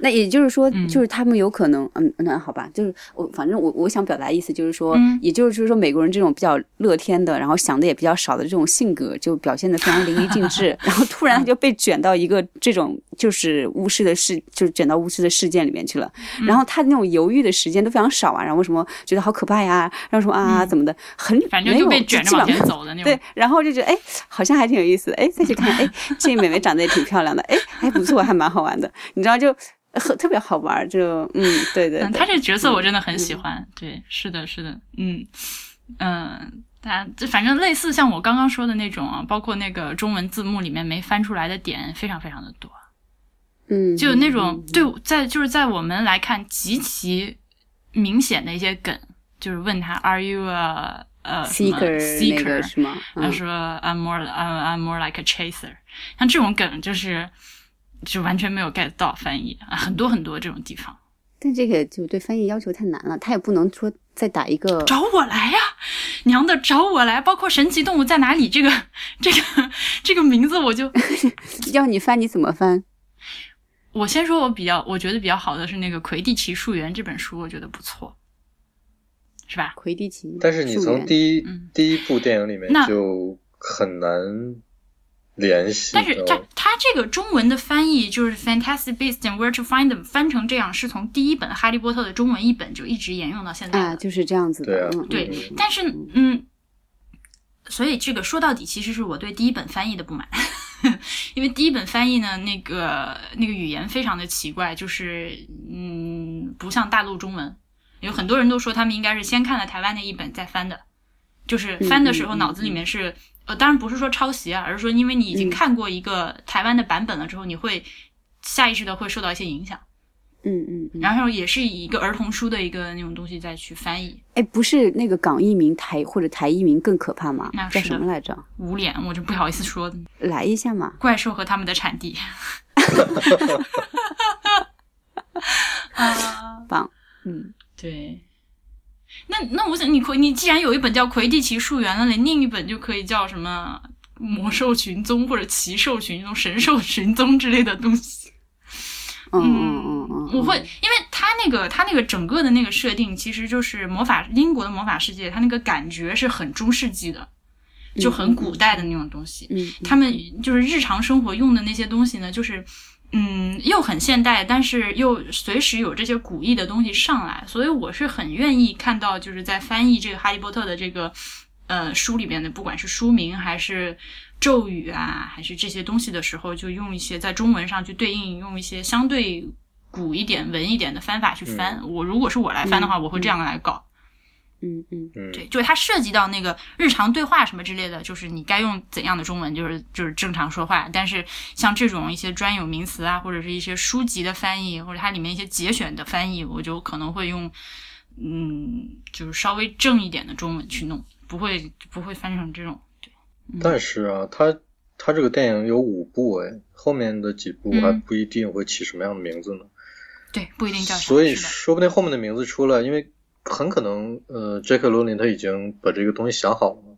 S3: 那也就是说，
S2: 嗯
S3: 就是他们有可能，嗯，那好吧，就是我反正我我想表达意思就是说，
S2: 嗯
S3: 也就是说，美国人这种比较乐天的，然后想的也比较少的这种性格，就表现的非常淋漓尽致。 然后突然他就被卷到一个这种就是巫师的事，就是卷到巫师的事件里面去了。
S2: 嗯
S3: 然后他那种犹豫的时间都非常少啊，然后什么觉得好可怕呀，然后什么啊
S2: 嗯
S3: 怎么的，很
S2: 反正
S3: 没
S2: 就
S3: 有
S2: 被卷
S3: 基
S2: 着往
S3: 本
S2: 前
S3: 上
S2: 走的那种
S3: 对。，然后就觉得哎，好像还挺有意思的，哎，再去看，哎，这妹妹长得也挺漂亮的，哎，还不错，还蛮好玩的，你知道就呃很特别好玩儿，就嗯，对对嗯
S2: 嗯，
S3: 对
S2: 他这个角色我真的很喜欢。对，是的，是的，嗯嗯，他这反正类似像我刚刚说的那种啊，包括那个中文字幕里面没翻出来的点，非常非常的多。
S3: 嗯，
S2: 就那种对，在就是在我们来看极其明显的一些梗，就是问他 Are you a 呃
S3: seeker 那个
S2: seeker？
S3: 是吗？
S2: 他
S3: 嗯
S2: 说 I'm more I'm I'm more like a chaser，像这种梗就是就完全没有 get 到翻译啊，很多很多这种地方。
S3: 但这个就对翻译要求太难了，他也不能说再打一个
S2: 找我来呀、娘的，找我来！包括《神奇动物在哪里》这个、 这个、这个名字，我就
S3: 要你翻你怎么翻？
S2: 我先说，我比较我觉得比较好的是那个《魁地奇树园》这本书，我觉得不错，是吧？
S3: 魁地奇，
S4: 但是你
S3: 溯
S4: 从
S3: 源
S4: 第一
S2: 嗯
S4: 第一部电影里面
S2: 那
S4: 就很难联系
S2: 但是它
S4: 到，
S2: 它这个中文的翻译就是《Fantastic Beasts and Where to Find Them》翻成这样，是从第一本《哈利波特》的中文译本就一直沿用到现在的。
S3: 啊，就是这样子
S4: 对
S3: 的
S4: 啊，
S3: 嗯
S2: 对
S3: 嗯嗯
S2: 但是嗯，所以这个说到底其实是我对第一本翻译的不满， 因为第一本翻译呢，那个那个语言非常的奇怪，就是嗯，不像大陆中文，有很多人都说他们应该是先看了台湾的一本再翻的，就是翻的时候
S3: 嗯嗯
S2: 脑子里面是。呃，当然不是说抄袭啊，而是说因为你已经
S3: 嗯
S2: 看过一个台湾的版本了之后，你会下意识的会受到一些影响，
S3: 嗯嗯嗯，
S2: 然后也是以一个儿童书的一个那种东西再去翻译，
S3: 哎，不是那个港译名台或者台译名更可怕吗
S2: 那？
S3: 叫
S2: 是
S3: 什
S2: 的
S3: 么来着？
S2: 捂脸我就不好意思说
S3: 来一下嘛，
S2: 怪兽和他们的产地。啊，
S3: 棒，嗯。
S2: 对。那那我想你魁，你既然有一本叫《魁地奇树园》了，你另一本就可以叫什么魔兽群踪或者奇兽群踪、神兽群踪之类的东西。
S3: 嗯嗯嗯嗯，
S2: 我会，因为它那个它那个整个的那个设定，其实就是魔法英国的魔法世界，它那个感觉是很中世纪的，就很古代的那种东西。
S3: 嗯，嗯，
S2: 他们就是日常生活用的那些东西呢，就是嗯，又很现代，但是又随时有这些古意的东西上来，所以我是很愿意看到，就是在翻译这个《哈利波特》的这个呃书里面的，不管是书名还是咒语啊，还是这些东西的时候，就用一些在中文上去对应，用一些相对古一点、文一点的翻法去翻。我如果是我来翻的话，
S3: 嗯
S2: 我会这样来搞。
S3: 嗯嗯
S4: 嗯，
S2: 对，就是它涉及到那个日常对话什么之类的，就是你该用怎样的中文，就是就是正常说话。但是像这种一些专有名词啊，或者是一些书籍的翻译，或者它里面一些节选的翻译，我就可能会用，嗯，就是稍微正一点的中文去弄，不会不会翻成这种。
S4: 但是啊，它它这个电影有五部哎，后面的几部
S2: 嗯
S4: 还不一定会起什么样的名字呢。
S2: 对，不一定叫啥。
S4: 所以
S2: 是的
S4: 说不定后面的名字出来，因为很可能呃，J.K. 罗琳他已经把这个东西想好了，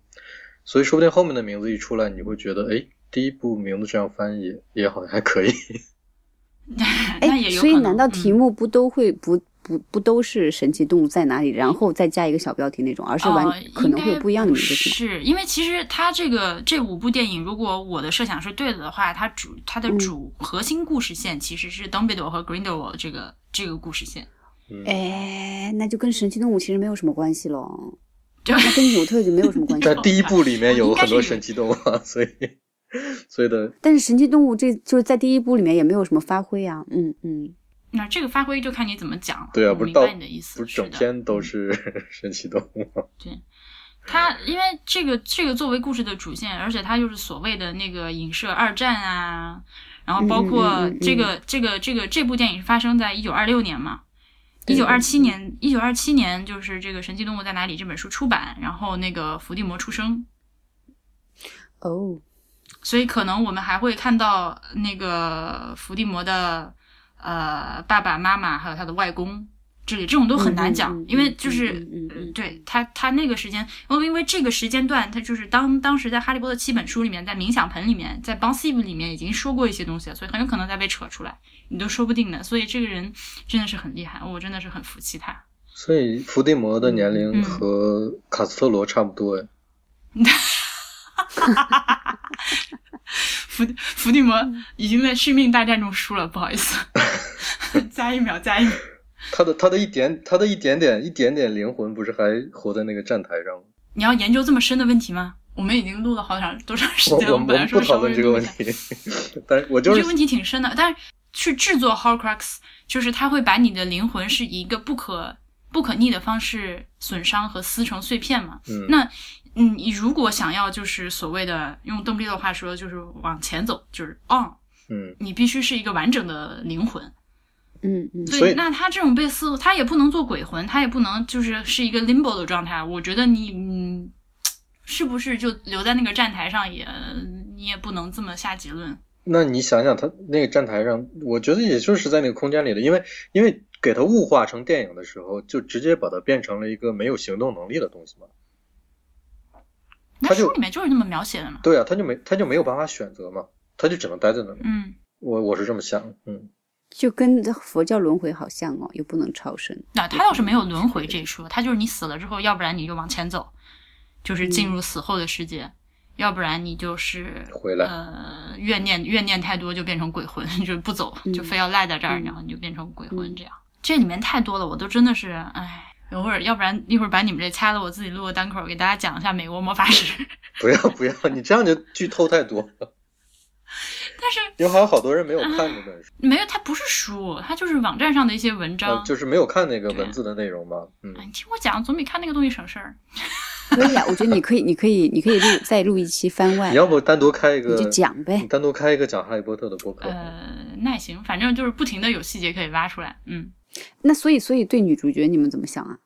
S4: 所以说不定后面的名字一出来，你会觉得哎，第一部名字这样翻译也好像还 可以。
S2: 那也有
S3: 哎所以
S2: 可能
S3: 难道题
S2: 嗯
S3: 目不都会不不不都是神奇动物在哪里，然后再加一个小标题那种，而是完
S2: 哦
S3: 可能
S2: 应
S3: 会有
S2: 该
S3: 不一样的名字吗？
S2: 是因为其实它这个这五部电影，如果我的设想是对的的话，它主它的
S3: 嗯
S2: 主核心故事线其实是邓布利多和 Grindelwald 这个这个故事线。
S4: 嗯，
S3: 哎，那就跟神奇动物其实没有什么关系喽，
S2: 就
S3: 那跟纽特就没有什么关系
S4: 但
S3: 了。
S4: 第一部里面有很多
S2: 应该是
S4: 神奇动物啊，所以所以的
S3: 但是神奇动物这就是在第一部里面也没有什么发挥啊，嗯嗯，
S2: 那这个发挥就看你怎么讲了。
S4: 对啊，
S2: 我
S4: 不是
S2: 明
S4: 到
S2: 白你的意思，
S4: 不是整
S2: 的
S4: 篇都是 神奇动物吗？
S2: 它因为这个这个作为故事的主线，而且它就是所谓的那个影射二战啊，然后包括
S3: 嗯嗯嗯嗯
S2: 这个、这个这个这部电影是发生在一九二六年嘛。一
S3: 对
S2: 九二七年，一九二七年就是这个《神奇动物在哪里》这本书出版，然后那个伏地魔出生，
S3: 哦，
S2: 所以可能我们还会看到那个伏地魔的呃爸爸妈妈还有他的外公之类，这种都很难讲，
S3: 嗯嗯嗯
S2: 因为就是、
S3: 嗯嗯嗯嗯
S2: 呃对他他那个时间，因为因为这个时间段，他就是当当时在《哈利波特》七本书里面，在冥想盆里面，在 b o n s i v 里面已经说过一些东西了，所以很有可能再被扯出来，你都说不定的。所以这个人真的是很厉害，我真的是很服气他。
S4: 所以伏地魔的年
S2: 嗯
S4: 龄和卡斯特罗差不多哎。
S2: 伏伏地魔
S4: 嗯
S2: 已经在续命大战中输了，不好意 思，加一秒，加一秒。
S4: 他的他的一点他的一点点一点点灵魂不是还活在那个站台上吗？
S2: 你要研究这么深的问题吗？我们已经录了好长多长时
S4: 我
S2: 间了，
S4: 我们
S2: 本
S4: 我
S2: 来
S4: 们不
S2: 说稍
S4: 讨论
S2: 微
S4: 这个
S2: 录一
S4: 问
S2: 下。
S4: 题，但是我就
S2: 这
S4: 是
S2: 个问题挺深的，但是去制作 Horcrux，就是它会把你的灵魂是以一个不可不可逆的方式损伤和撕成碎片嘛。
S4: 嗯
S2: 那嗯，你如果想要就是所谓的用邓布利多的话说，就是往前走，就是 on，
S4: 嗯，
S2: 你必须是一个完整的灵魂。
S3: 嗯嗯
S4: 所
S2: 对，
S4: 以
S2: 那他这种被撕，他也不能做鬼魂，他也不能就是是一个 limbo 的状态。我觉得你嗯，是不是就留在那个站台上也，你也不能这么下结论。
S4: 那你想想他那个站台上，我觉得也就是在那个空间里的，因为因为给他物化成电影的时候，就直接把它变成了一个没有行动能力的东西嘛。
S2: 那
S4: 他就
S2: 书里面就是这么描写的嘛。
S4: 对啊，他就没他就没有办法选择嘛，他就只能待在那里。
S2: 嗯，
S4: 我我是这么想的，嗯。
S3: 就跟佛教轮回好像哦，又不能超生。
S2: 那他要是没有轮回这一说，他就是你死了之后，要不然你就往前走，就是进入死后的世界，要不然你就是
S4: 回来
S2: 呃，怨念怨念太多就变成鬼魂， 就不走，
S3: 嗯
S2: 就非要赖在这儿，
S3: 嗯
S2: 然后你就变成鬼魂
S3: 嗯
S2: 这样。这里面太多了，我都真的是哎。一会儿，要不然一会儿把你们这掐了，我自己录个单口，给大家讲一下美国魔法史。
S4: 不要不要，你这样就剧透太多了，
S2: 但是
S4: 因为还有好多人没有看这本书，
S2: 没有，它不是书，它就是网站上的一些文章。
S4: 呃，就是没有看那个
S2: 对啊
S4: 文字的内容嘛。嗯
S2: 哎，，你听我讲，总比看那个东西省事儿。
S3: 可以啊，我觉得你可以，你可以，你可以录再录一期番外
S4: 你，要不单独开一个，
S3: 你就讲呗
S4: 你单独开一个讲哈利波特的播客。嗯
S2: 呃，那也行，反正就是不停的有细节可以挖出来。嗯，
S3: 那所以，所以对女主角你们怎么想啊？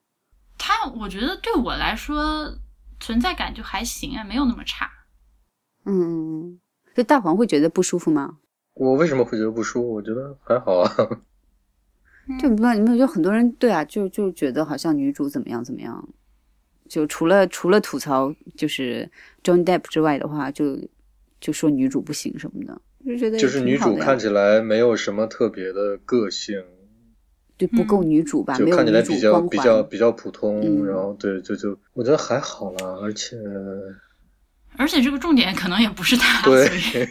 S2: 他我觉得对我来说存在感就还行啊，没有那么差。
S3: 嗯，就大黄会觉得不舒服吗？
S4: 我为什么会觉得不舒服？我觉得还好啊。
S3: 对，不，你们有很多人对啊，就就觉得好像女主怎么样怎么样，就除了除了吐槽就是 John Depp 之外的话，就就说女主不行什么的，就觉得
S4: 就是
S3: 挺
S4: 女
S3: 好
S4: 主
S3: 的呀
S4: 看起来没有什么特别的个性，
S3: 对不够女主吧，
S4: 就
S3: 没有
S4: 看起来
S3: 女主
S4: 比较
S3: 光环。
S4: 比较比较普通，
S3: 嗯
S4: 然后对就就我觉得还好啦，而且
S3: 啊
S2: 而且这个重点可能也不是他，所
S4: 对
S2: 以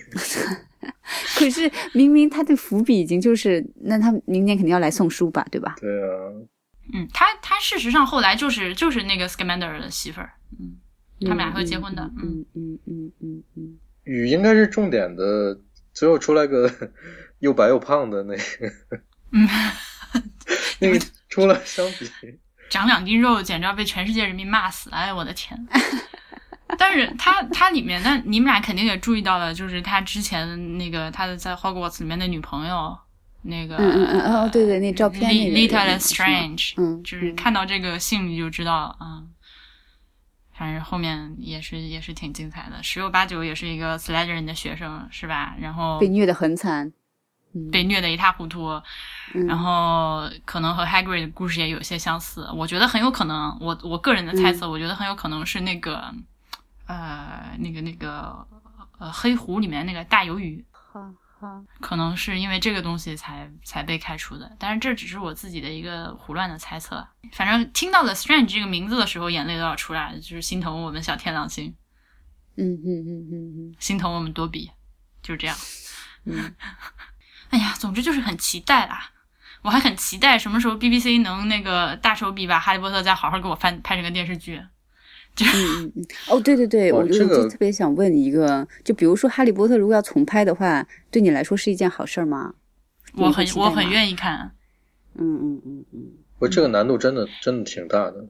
S3: 可是明明她的伏笔已经就是，那她明年肯定要来送书吧，对吧？
S4: 对啊，
S2: 嗯，他他事实上后来就是就是那个 Scamander 的媳妇儿，嗯，他们俩会结婚的
S3: 嗯嗯嗯嗯嗯
S4: 雨应该是重点的，最后出来个 又白又胖的那个，
S2: 嗯，
S4: 那 个出来相比，
S2: 长两斤肉简直要被全世界人民骂死，哎我的 天！但是他他里面，那你们俩肯定也注意到了，就是他之前那个他的在 Hogwarts 里面的女朋友，那个
S3: 嗯嗯嗯哦，对对，那照片那
S2: Li-
S3: 个
S2: Lita
S3: 人
S2: and
S3: 是吗
S2: Strange，
S3: 嗯
S2: 就是
S3: 嗯
S2: 看到这个姓就知道，嗯，反正后面也是也是挺精彩的，十有八九也是一个 Slytherin 的学生是吧？然后
S3: 被虐得很惨，嗯
S2: 被虐得一塌糊涂，
S3: 嗯
S2: 然后可能和 Hagrid 的故事也有些相似，我觉得很有可能，我我个人的
S3: 嗯
S2: 猜测，我觉得很有可能是那个，呃，那个那个呃黑湖里面那个大鱿鱼，
S3: 哈哈，
S2: 可能是因为这个东西才才被开除的，但是这只是我自己的一个胡乱的猜测。啊反正听到了 Strange 这个名字的时候，眼泪都要出来了，就是心疼我们小天狼星，
S3: 嗯嗯 嗯嗯
S2: 心疼我们多比，就是这样。
S3: 嗯
S2: 哎呀，总之就是很期待啦，我还很期待什么时候 BBC 能那个大手笔把《哈利波特》再好好给我翻拍成个电视剧。
S3: 嗯嗯嗯，哦，对对对，
S4: 哇
S3: 我就
S4: 这个
S3: 就特别想问你一个，就比如说《哈利波特》如果要重拍的话，对你来说是一件好事儿吗？
S2: 我很
S3: 你会期待
S2: 我
S3: 吗
S2: 很愿意看，啊
S3: 嗯嗯嗯嗯，
S4: 我这个难度真的真的挺大的，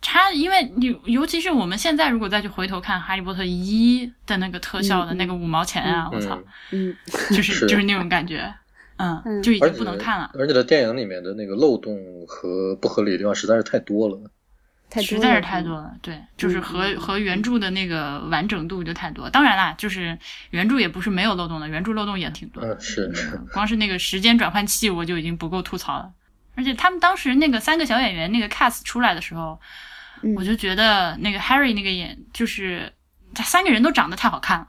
S2: 它因为你尤其是我们现在如果再去回头看《哈利波特一》的那个特效的
S3: 嗯嗯
S2: 那个五毛钱啊，我操
S4: 嗯，，
S3: 嗯
S2: 就是
S4: 是
S2: 就是那种感觉，嗯，
S3: 嗯
S2: 就已
S4: 而
S2: 经
S4: 且
S2: 不能看了，
S4: 而且它电影里面的那个漏洞和不合理的地方实在是太多了，
S3: 太
S2: 实
S3: 多
S2: 在
S3: 了嗯
S2: 是太多。了。对，就是和、
S3: 嗯嗯
S2: 和原著的那个完整度就太多。当然啦，就是原著也不是没有漏洞的，原著漏洞也挺多的。
S4: 呃啊嗯，是。
S2: 光是那个时间转换器我就已经不够吐槽了。而且他们当时那个三个小演员那个 cast 出来的时候，
S3: 嗯
S2: 我就觉得那个 Harry 那个演就是他三个人都长得太好看了，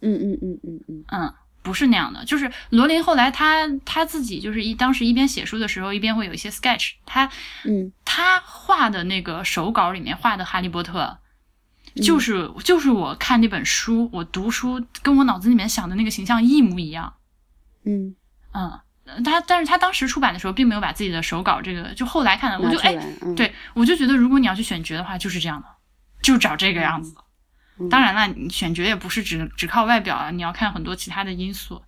S3: 嗯嗯嗯嗯嗯，
S2: 嗯，不是那样的。就是罗琳后来他他自己就是一当时一边写书的时候，一边会有一些 sketch，他
S3: 嗯
S2: 他画的那个手稿里面画的哈利波特。
S3: 嗯
S2: 就是就是我看那本书，我读书跟我脑子里面想的那个形象一模一样，
S3: 嗯，
S2: 嗯，他但是他当时出版的时候并没有把自己的手稿这个，就后来看了，我
S3: 拿
S2: 就
S3: 出
S2: 哎，
S3: 来，嗯，
S2: 对我就觉得如果你要去选角的话，就是这样的，就找这个样子的。
S3: 嗯
S2: 当然了，你选角也不是只只靠外表啊，你要看很多其他的因素。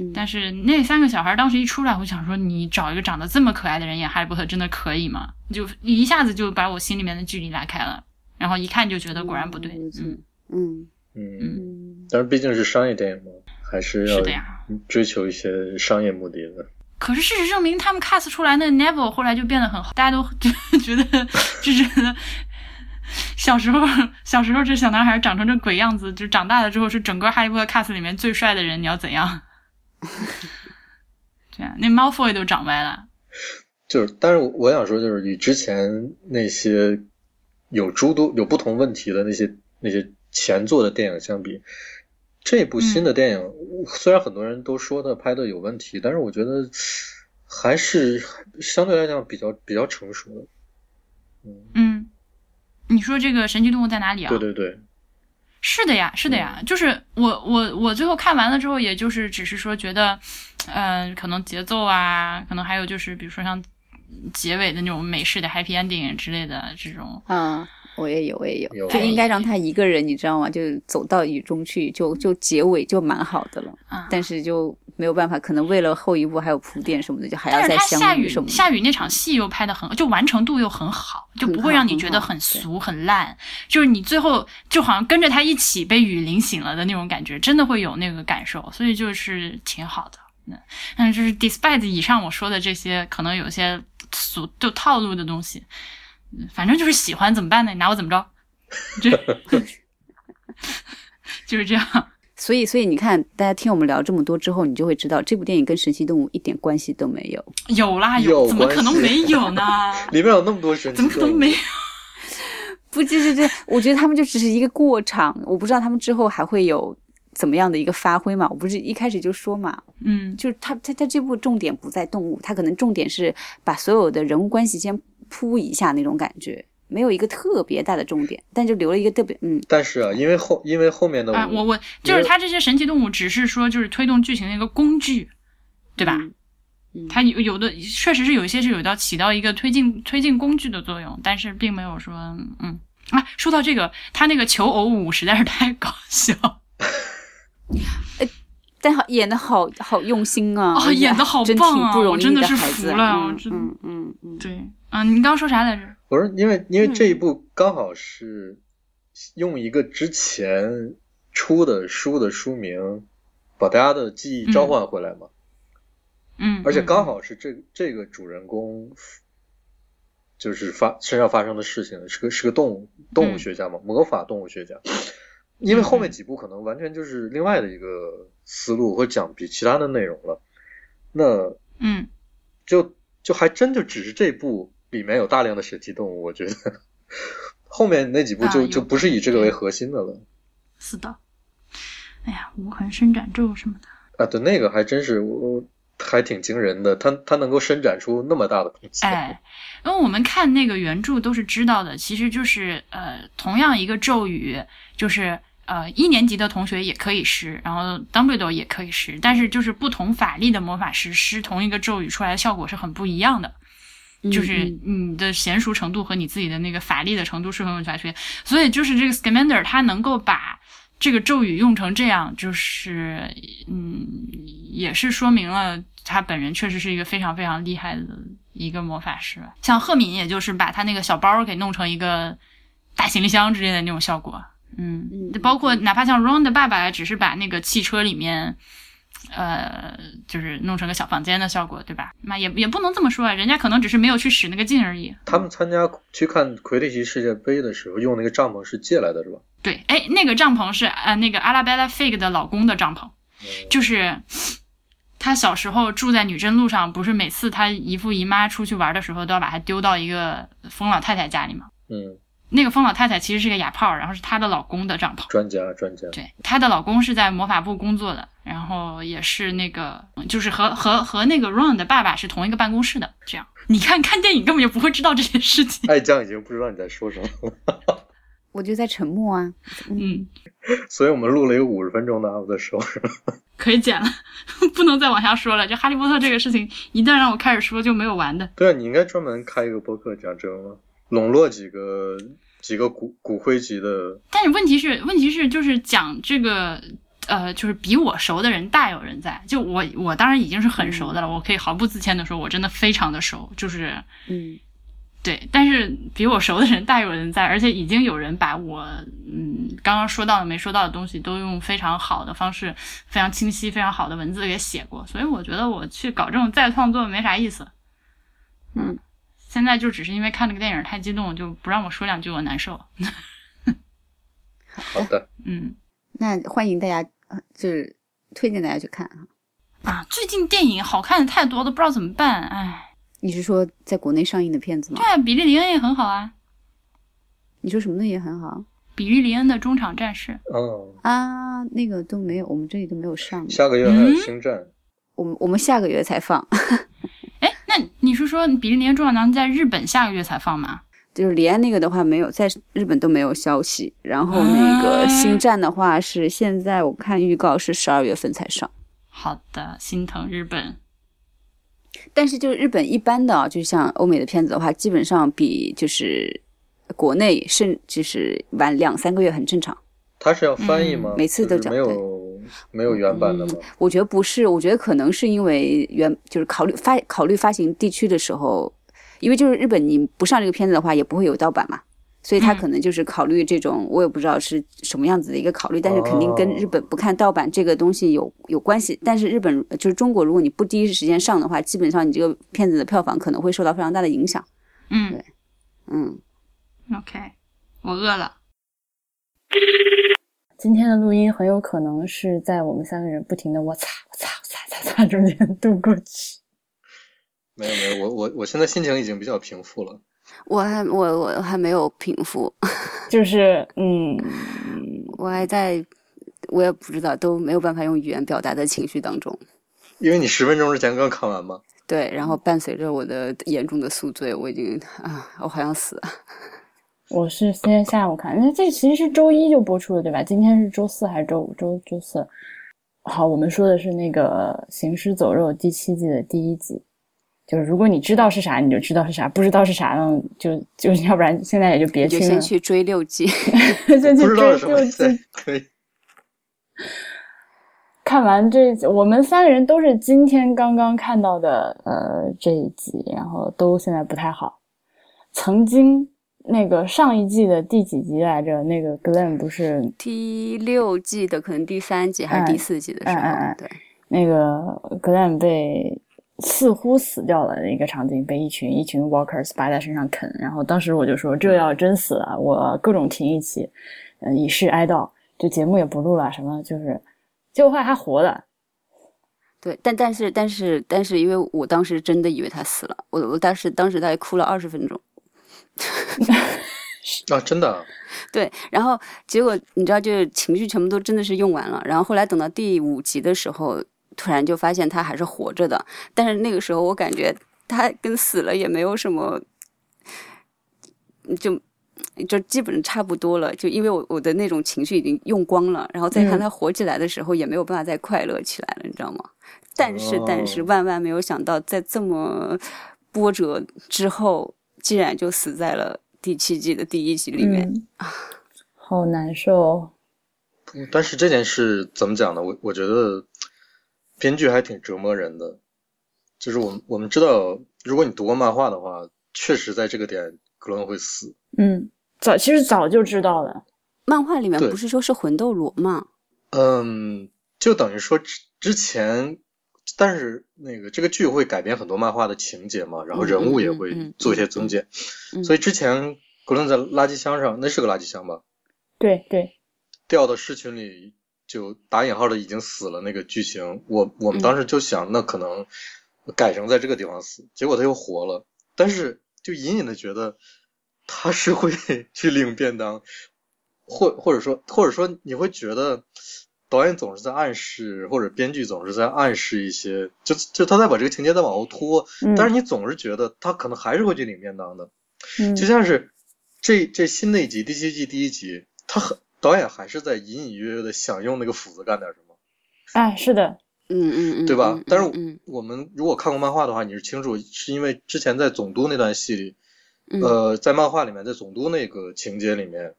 S3: 嗯
S2: 但是那三个小孩当时一出来，我想说，你找一个长得这么可爱的人演哈利波特，真的可以吗？就一下子就把我心里面的距离拉开了，然后一看就觉得果然不对，
S3: 嗯
S2: 嗯，
S3: 嗯
S4: 嗯，
S3: 嗯，
S4: 但是毕竟是商业电影嘛，还是要
S2: 是的呀。
S4: 追求一些商业目的的。
S2: 可是事实证明，他们 cast 出来那 Neville 后来就变得很好，大家都就觉得就觉得小时候小时候这小男孩长成这鬼样子，就长大了之后是整个哈利波特 cast 里面最帅的人，你要怎 样？对啊，那 Malfoy 都长歪了，
S4: 就是，但是我我想说，就是与之前那些有诸多有不同问题的那些那些前作的电影相比，这部新的电影、虽然很多人都说它拍的有问题，但是我觉得还是相对来讲比较比较成熟的。
S2: 嗯。你说这个神奇动物在哪里啊？
S4: 对对对，
S2: 是的呀，是的呀，就是我我我最后看完了之后，也就是只是说觉得，嗯、可能节奏啊，可能还有就是比如说像结尾的那种美式的 happy ending 之类的这种，
S3: 啊，我也有，我也有，
S4: 有
S3: 就
S4: 啊
S3: 应该让他一个人，你知道吗？就走到雨中去，就就结尾就蛮好的了
S2: 啊，
S3: 但是就没有办法，可能为了后一步还有铺垫什么的，就还
S2: 但
S3: 要
S2: 是
S3: 再
S2: 它下
S3: 相遇
S2: 雨
S3: 什么的。
S2: 下雨那场戏又拍的很，就完成度又很好，就
S3: 很
S2: 不会
S3: 好
S2: 让你
S3: 很
S2: 觉得
S3: 好
S2: 很
S3: 对
S2: 俗很烂，就是你最后就好像跟着他一起被雨淋醒了的那种感觉，真的会有那个感受，所以就是挺好的。嗯，但就是 despite 以上我说的这些，可能有些俗就套路的东西，嗯反正就是喜欢怎么办呢？你拿我怎么着？这 就是这样。
S3: 所以，所以你看，大家听我们聊这么多之后，你就会知道这部电影跟神奇动物一点关系都没有。
S2: 有啦有，
S4: 有
S2: 怎么
S4: 关
S2: 可能
S4: 系
S2: 没有 呢？
S4: 里面有那么多神奇
S2: 怎么可能
S4: 动物
S2: 没有？
S3: 不，这这这，我觉得他们就只是一个过场，我不知道他们之后还会有怎么样的一个发挥嘛。我不是一开始就说嘛，
S2: 嗯，
S3: 就是他他他这部重点不在动物，他可能重点是把所有的人物关系先铺一下那种感觉，没有一个特别大的重点，但就留了一个特别嗯
S4: 但是啊，因为后因为后面的
S2: 啊，我我就是它这些神奇动物，只是说就是推动剧情的一个工具，对吧？
S3: 嗯嗯
S2: 它有有的确实是有一些是有到起到一个推进推进工具的作用，但是并没有说嗯啊，说到这个，他那个求偶舞实在是太搞笑
S3: 但好演的好好用心啊，
S2: 啊
S3: 哎呀
S2: 演得好
S3: 真
S2: 棒
S3: 挺
S2: 啊
S3: 不
S2: 我
S3: 容易
S2: 真的是
S3: 孩子
S2: 服了
S3: 啊
S2: 我
S3: 嗯
S2: 真的
S3: 嗯嗯嗯，
S2: 对啊，你刚刚说啥来着？
S4: 我说，因为因为
S3: 嗯
S4: 这一部刚好是用一个之前出的书的书名，把大家的记忆召唤回来嘛，
S2: 嗯，
S4: 而且刚
S2: 好
S4: 好是这这个主人公就是发身上发生的事情，是个是个动物动物学家嘛，魔法动物学家。因为后面几部可能完全就是另外的一个思路，或讲比其他的内容了。那
S2: 嗯
S4: 就就还真就只是这部里面有大量的神奇动物，我觉得后面那几部
S2: 啊
S4: 就、
S2: 有
S4: 就不是以这个为核心的了
S2: 是的，哎呀，无痕伸展咒什么的，
S4: 啊。对，那个还真是我还挺惊人的，它它能够伸展出那么大的东西。
S2: 哎，因为我们看那个原著都是知道的，其实就是呃，同样一个咒语，就是呃一年级的同学也可以施，然后 Dumbledore 也可以施，但是就是不同法力的魔法师施同一个咒语出来的效果是很不一样的。就是
S3: 嗯
S2: 你的娴熟程度和你自己的那个法力的程度是很有差别，所以就是这个 Scamander 他能够把这个咒语用成这样，就是嗯，也是说明了他本人确实是一个非常非常厉害的一个魔法师。像赫敏，也就是把他那个小包给弄成一个大行李箱之类的那种效果，嗯，
S3: 嗯
S2: 包括哪怕像 Ron 的爸爸，只是把那个汽车里面。呃，就是弄成个小房间的效果，对吧？那也也不能这么说啊，人家可能只是没有去使那个劲而已。
S4: 他们参加去看魁地奇世界杯的时候用那个帐篷是借来的，是吧？
S2: 对，哎，那个帐篷是呃那个阿拉贝拉 Fig 的老公的帐篷，就是他小时候住在女真路上，不是每次他姨父姨妈出去玩的时候，都要把他丢到一个疯老太太家里吗？
S4: 嗯，
S2: 那个疯老太太其实是个哑炮，然后是她的老公的帐篷。
S4: 专家专家，
S2: 对，她的老公是在魔法部工作的，然后也是那个，就是和和和那个 Ron 的爸爸是同一个办公室的。这样，你看看电影根本就不会知道这些事情。
S4: 爱酱已经不知道你在说什么了，
S3: 我就在沉默啊。
S2: 嗯，
S4: 所以我们录了一个五十分钟的阿福的手上。
S2: 可以剪了， 不能再往下说了。就哈利波特这个事情，一旦让我开始说，就没有完的。
S4: 对啊，你应该专门开一个播客讲这个吗？笼络几个几个骨骨灰级的，
S2: 但是问题是，问题是就是讲这个，呃，就是比我熟的人大有人在。就我，我当然已经是很熟的了，我可以毫不自谦的说，我真的非常的熟，就是
S3: 嗯，
S2: 对。但是比我熟的人大有人在，而且已经有人把我嗯刚刚说到的没说到的东西都用非常好的方式、非常清晰、非常好的文字给写过，所以我觉得我去搞这种再创作没啥意思。
S3: 嗯，
S2: 现在就只是因为看这个电影太激动，就不让我说两句，我难受。
S4: 好的，
S2: 嗯。
S3: 那欢迎大家，呃就是推荐大家去看啊。
S2: 啊，最近电影好看的太多了，都不知道怎么办。哎，
S3: 你是说在国内上映的片子吗
S2: 对？啊，比利林恩也很好啊，
S3: 你说什么东西很好
S2: 比利林恩的中场战事。
S4: 嗯，
S3: 啊？那个都没有，我们这里都没有上。
S4: 下个月还有《星战》
S3: 嗯我们我们下个月才放，
S2: 哎，那你是说比利林恩中场战事在日本下个月才放吗？
S3: 就是李安那个的话没有，在日本都没有消息。然后那个
S2: 啊
S3: 《星战》的话是现在我看预告是十二月份才上，
S2: 好的，心疼日本。
S3: 但是就是日本一般的啊，就像欧美的片子的话，基本上比就是国内甚就是晚两三个月很正常。
S4: 它是要翻译吗？
S3: 嗯每次都
S4: 就是
S3: 讲嗯
S4: 没有没有原版的吗？
S3: 我觉得不是，我觉得可能是因为原就是考虑发考虑发行地区的时候，因为就是日本你不上这个片子的话，也不会有盗版嘛，所以他
S2: 嗯
S3: 可能就是考虑这种，我也不知道是什么样子的一个考虑，但是肯定跟
S4: 哦
S3: 日本不看盗版这个东西有有关系。但是日本就是中国，如果你不第一时间上的话，基本上你这个片子的票房可能会受到非常大的影响。
S2: 嗯
S3: 对嗯，
S2: ，OK，我饿了。
S5: 今天的录音很有可能是在我们三个人不停的我擦我擦我擦擦擦中间度过去。
S4: 没有没有，我我我现在心情已经比较平复了。
S3: 我还我我还没有平复，
S5: 就是嗯，
S3: 我还在，我也不知道都没有办法用语言表达在情绪当中。
S4: 因为你十分钟之前刚看 完嘛，
S3: 对，然
S5: 嗯
S3: 后伴随着我的严重的宿醉，我已经啊，我好想死。
S5: 我是今天下午看，那这其实是周一就播出了，对吧？今天是周四还是周五？周周四。好，我们说的是那个《行尸走肉》第七季的第一集，就是如果你知道是啥，你就知道是啥；不知道是啥呢，就就要不然现在也就别
S3: 你就
S5: 听
S3: 先
S5: 了，
S3: 去追六季，
S5: 先去
S4: 不知道
S5: 追
S4: 是什么
S5: 六季
S4: 对，可以。
S5: 看完这一集，我们三个人都是今天刚刚看到的，呃，这一集，然后都现在不太好。曾经那个上一季的第几集来着？那个 Glenn 不是
S3: 第六季的可能第三季还是第四季的时候，
S5: 嗯嗯嗯
S3: 对，
S5: 那个 Glenn 被似乎死掉了的一个场景，被一群一群 Walkers 扒在身上啃，然后当时我就说，这要真死了，我各种停一期，嗯，以示哀悼，这节目也不录了，什么就是，结果后来还活了。
S3: 对，但但是但是但是，因为我当时真的以为他死了，我我当时当时大概哭了二十分钟，
S4: 啊，真的啊，
S3: 对，然后结果你知道，就是情绪全部都真的是用完了，然后后来等到第五集的时候，突然就发现他还是活着的，但是那个时候我感觉他跟死了也没有什么，就。就基本上差不多了，就因为我我的那种情绪已经用光了，然后再看
S5: 嗯
S3: 他活起来的时候，也没有办法再快乐起来了，你知道吗？但是
S4: 哦
S3: 但是，万万没有想到，在这么波折之后，竟然就死在了第七季的第一集里面。
S5: 嗯、好难
S2: 哦
S5: 受。
S4: 不但是这件事怎么讲呢？我我觉得编剧还挺折磨人的。就是我们我们知道，如果你读过漫画的话，确实在这个点格伦会死。
S5: 嗯，早其实早就知道了。
S3: 漫画里面
S4: 对
S3: 不是说是魂斗罗吗？
S4: 嗯，就等于说之之前，但是那个这个剧会改编很多漫画的情节嘛，然后人物也
S3: 嗯嗯嗯
S4: 会
S3: 嗯
S4: 做一些增减，
S3: 嗯
S4: 所以之前格伦在垃圾箱上，那是个垃圾箱吧，
S5: 对对，
S4: 掉到狮群里就打引号的已经死了那个剧情，我我们当时就想，那可能改成在这个地方死，结果他又活了，但是就隐隐的觉得他是会 去领便当，或或者说或者说你会觉得导演总是在暗示，或者编剧总是在暗示一些，就就他在把这个情节在往后拖，
S2: 嗯
S4: 但是你总是觉得他可能还是会去领便当的，
S2: 嗯
S4: 就像是这这新的一集第七季第一集，他很导演还是在隐隐约约的想用那个斧子干点什么。
S2: 哎，是的，
S3: 嗯嗯嗯，
S4: 对吧
S3: 嗯
S4: 但是我
S3: 嗯
S4: 我们如果看过漫画的话，你是清楚，是因为之前在总督那段戏里，
S3: 嗯
S4: 呃，在漫画里面，在总督那个情节里面，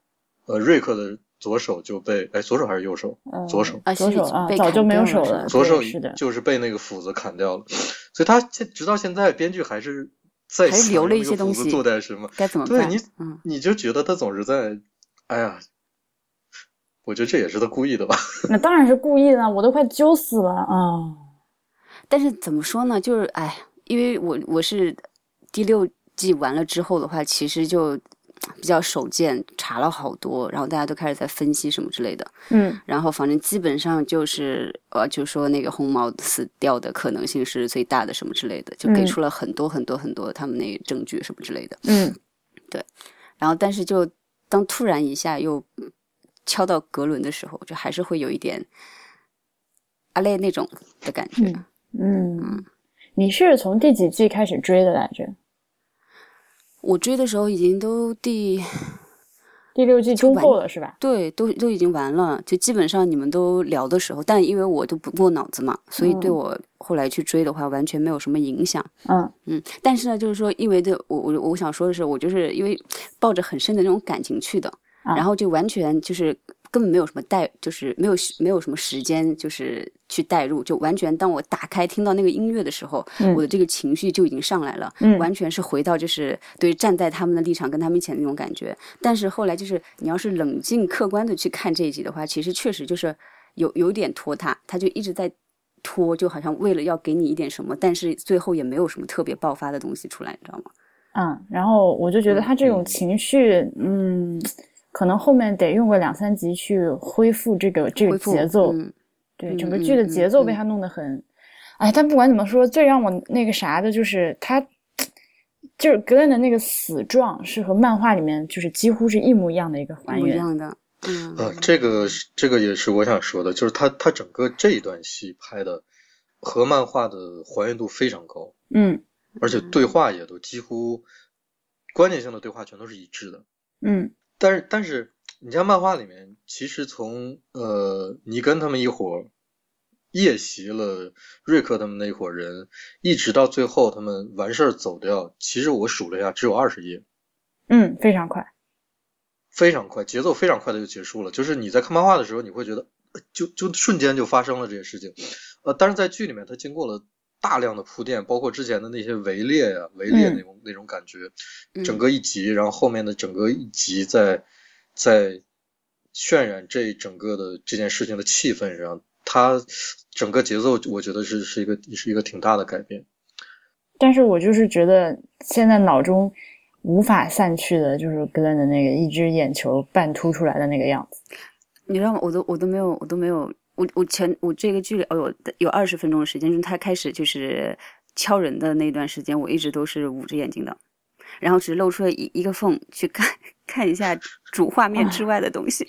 S4: 呃，瑞克的左手就被，哎，左手还是右手？
S2: 嗯，
S4: 左手
S3: 啊
S2: 左
S3: 是
S2: 手啊，
S3: 被
S2: 早
S3: 砍
S2: 就没有
S3: 掉
S2: 手
S3: 了是
S2: 了，
S3: 吧
S4: 左手
S2: 对是的，
S4: 就是被那个斧子砍掉了，所以他现直到现在，编剧还是在
S3: 还是
S4: 想
S3: 留了一
S4: 用那
S3: 些
S4: 个
S3: 东
S4: 斧子
S3: 西
S4: 做点什么。
S3: 该怎么
S4: 对
S3: 办？
S4: 你
S3: 嗯，
S4: 你就觉得他总是在，哎呀，我觉得这也是他故意的吧。
S2: 那当然是故意的，我都快揪死了啊！
S3: 但是怎么说呢？就是哎，因为我我是第六季完了之后的话，其实就比较手贱，查了好多，然后大家都开始在分析什么之类的。
S2: 嗯
S3: 然后反正基本上就是呃，就说那个红毛死掉的可能性是最大的什么之类的，就给
S2: 嗯
S3: 出了很多很多很多他们那个证据什么之类的。
S2: 嗯
S3: 然后但是就当突然一下又敲到格伦的时候，就还是会有一点阿累那种的感觉。
S2: 嗯嗯，你是从第几季开始追的来着？
S3: 我追的时候已经都第
S2: 第六季
S3: 就
S2: 中
S3: 完
S2: 后了是吧？
S3: 对都都已经完了，就基本上你们都聊的时候，但因为我都不过脑子嘛，所以对
S2: 嗯
S3: 我后来去追的话完全没有什么影响。
S2: 嗯
S3: 嗯，但是呢，就是说，因为对我我我想说的是，我就是因为抱着很深的那种感情去的，
S2: 啊
S3: 然后就完全就是根本没有什么代，就是没有没有什么时间，就是去代入，就完全当我打开听到那个音乐的时候，
S2: 嗯
S3: 我的这个情绪就已经上来了，
S2: 嗯
S3: 完全是回到就是对站在他们的立场跟他们一起的那种感觉。但是后来就是你要是冷静客观的去看这一集的话，其实确实就是有有点拖沓，他就一直在拖，就好像为了要给你一点什么，但是最后也没有什么特别爆发的东西出来，你知道吗？
S2: 嗯，然后我就觉得他这种情绪，嗯，可能后面得用个两三集去恢复这个这个
S3: 恢复
S2: 节奏，
S3: 嗯
S2: 对
S3: 嗯
S2: 整个
S3: 嗯
S2: 剧的
S3: 嗯
S2: 节奏被
S3: 嗯
S2: 他弄得很，哎，但不管怎么说，最让我那个啥的就是他，就是格伦的那个死状是和漫画里面就是几乎是一模一样的一个还
S3: 不一
S2: 原，
S3: 样的，嗯，
S4: 呃，这个是这个也是我想说的，就是他他整个这一段戏拍的和漫画的还原度非常高，
S2: 嗯
S4: 而且对话也都几乎关键性的对话全都是一致的。
S2: 嗯
S4: 但是但是你像漫画里面，其实从呃尼根他们一伙儿夜袭了瑞克他们那一伙人，一直到最后他们完事儿走掉，其实我数了一下，只有二十页。
S2: 嗯，非常快，
S4: 非常快，节奏非常快的就结束了。就是你在看漫画的时候，你会觉得呃就就瞬间就发生了这些事情，呃，但是在剧里面，它经过了大量的铺垫，包括之前的那些围猎呀、围猎那种、那种感觉，整个一集，然后后面的整个一集在在渲染这整个的这件事情的气氛上，它整个节奏我觉得是是一个是一个挺大的改变。
S2: 但是我就是觉得现在脑中无法散去的就是格伦的那个一只眼球半凸出来的那个样子。
S3: 你知道吗？我都我都没有，我都没有，我我前我这个剧里，哦有有二十分钟的时间，就是他开始就是敲人的那段时间，我一直都是捂着眼睛的，然后只露出了一一个缝去看看一下主画面之外的东西。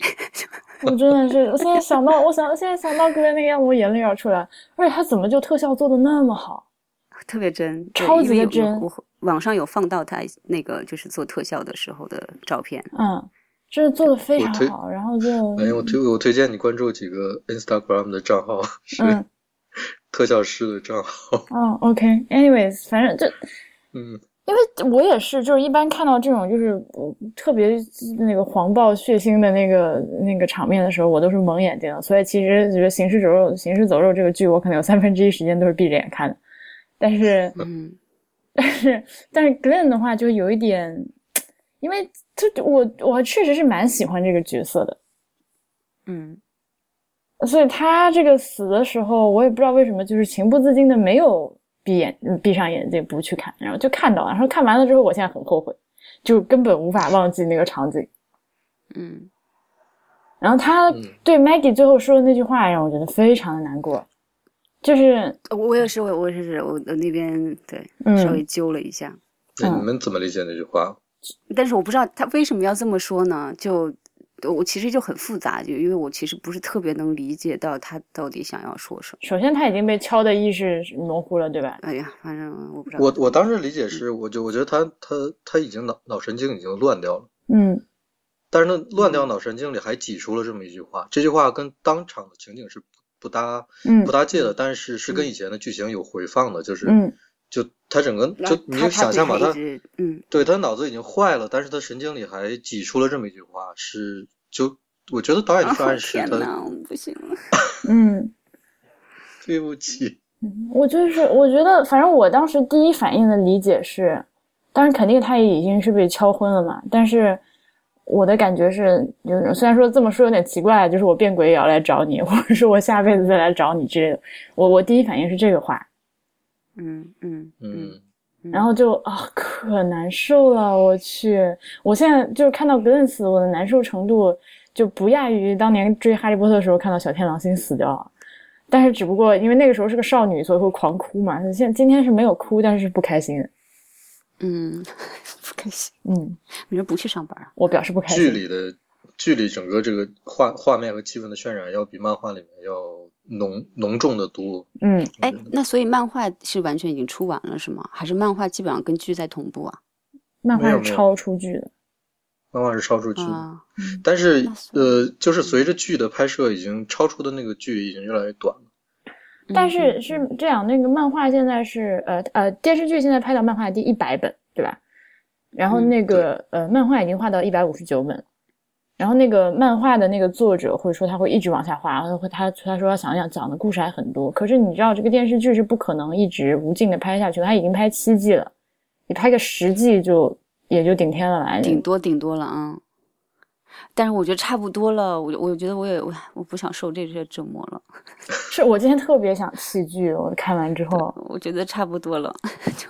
S2: 我真的是，我现在想到，我想现在想到格雷那个样子，我眼泪要出来。而且他怎么就特效做的那么好？
S3: 特别真，对
S2: 啊超级
S3: 因为有
S2: 的真
S3: 我我网上有放到他那个就是做特效的时候的照片，
S2: 嗯，真的做的非
S4: 我
S2: 常
S4: 推
S2: 好。然后就，
S4: 哎，我推我推荐你关注几个 Instagram 的账号，是
S2: 嗯
S4: 特效师的账号，
S2: 哦，OK，anyways，反正就
S4: 嗯。
S2: 因为我也是，就是一般看到这种就是我特别那个黄暴血腥的那个那个场面的时候，我都是蒙眼睛的。所以其实觉得《行尸走肉》《行尸走肉》这个剧，我可能有三分之一时间都是闭着眼看的。但是，
S3: 嗯，
S2: 但是但是 Glenn 的话就有一点，因为他我我确实是蛮喜欢这个角色的，
S3: 嗯，
S2: 所以他这个死的时候，我也不知道为什么，就是情不自禁的没有闭眼嗯闭上眼睛不去看，然后就看到了，然后看完了之后，我现在很后悔，就根本无法忘记那个场景。
S3: 嗯，
S2: 然后他
S4: 嗯
S2: 对 Maggie 最后说的那句话让我觉得非常的难过，就是
S3: 我也是，我我也是，我我那边对
S2: 嗯
S3: 稍微揪了一下，
S4: 那
S2: 嗯
S4: 你们怎么理解那句话？
S3: 但是我不知道他为什么要这么说呢？就我其实就很复杂，就因为我其实不是特别能理解到他到底想要说什么。
S2: 首先他已经被敲的意识模糊了，对吧？
S3: 哎呀，反正我不知道。
S4: 我我当时
S3: 嗯
S4: 理解是，我就我觉得他他他已经脑脑神经已经乱掉了，
S2: 嗯
S4: 但是那
S3: 嗯
S4: 乱掉脑神经里还挤出了这么一句话，这句话跟当场的情景是不不搭
S2: 嗯
S4: 不搭界的，但是是
S3: 嗯
S4: 跟以前的剧情有回放的，就是
S2: 嗯
S4: 就他整个
S3: 然
S4: 就
S3: 后
S4: 你
S3: 他
S4: 就想象把
S3: 他对
S4: 他
S3: 他一直嗯，
S4: 对他脑子已经坏了，但是他神经里还挤出了这么一句话，是就我觉得导演就是
S3: 啊
S4: 暗示
S3: 天
S4: 他
S3: 哪，我不行了。
S2: 嗯，
S4: 对不起，
S2: 我就是我觉得，反正我当时第一反应的理解是，当然肯定他也已经是被敲昏了嘛，但是我的感觉是，有种虽然说这么说有点奇怪，啊就是我变鬼也要来找你，或者是我下辈子再来找你之类的，我我第一反应是这个话，
S3: 嗯嗯嗯
S4: 嗯，
S2: 然后就啊，可难受了，我去！我现在就是看到格伦死，我的难受程度就不亚于当年追《哈利波特》的时候看到小天狼星死掉了。但是只不过因为那个时候是个少女，所以会狂哭嘛。现今天是没有哭，但是不开心。
S3: 嗯， 不开心，
S2: 嗯，
S3: 你说不去上班
S4: 嗯
S3: 啊？
S2: 我表示不开
S4: 剧
S2: 心。
S4: 里的剧里整个这个画画面和气氛的渲染要比漫画里面要浓浓重的多。
S2: 嗯，
S3: 哎，那所以漫画是完全已经出完了是吗？还是漫画基本上跟剧在同步啊？
S2: 漫画
S4: 没
S2: 是
S4: 有没有
S2: 超出剧的。
S4: 漫画是超出剧的，
S5: 嗯
S3: 啊，
S4: 但是
S3: 那算
S4: 呃，就是随着剧的拍摄，已经超出的那个剧已经越来越短了。
S2: 但是
S3: 嗯
S2: 是这样，那个漫画现在是呃呃电视剧现在拍到漫画第一百本，对吧？然后
S3: 嗯
S2: 那个、呃漫画已经画到一百五十九本，然后那个漫画的那个作者会说他会一直往下画，然后会他他说他想想讲的故事还很多，可是你知道这个电视剧是不可能一直无尽的拍下去的，他已经拍七季了，你拍个十季就也就顶天了吧？
S3: 顶多顶多了啊。但是我觉得差不多了，我我觉得我也我我不想受这些折磨了，
S2: 是我今天特别想弃剧，我看完之后，
S3: 我觉得差不多了， 就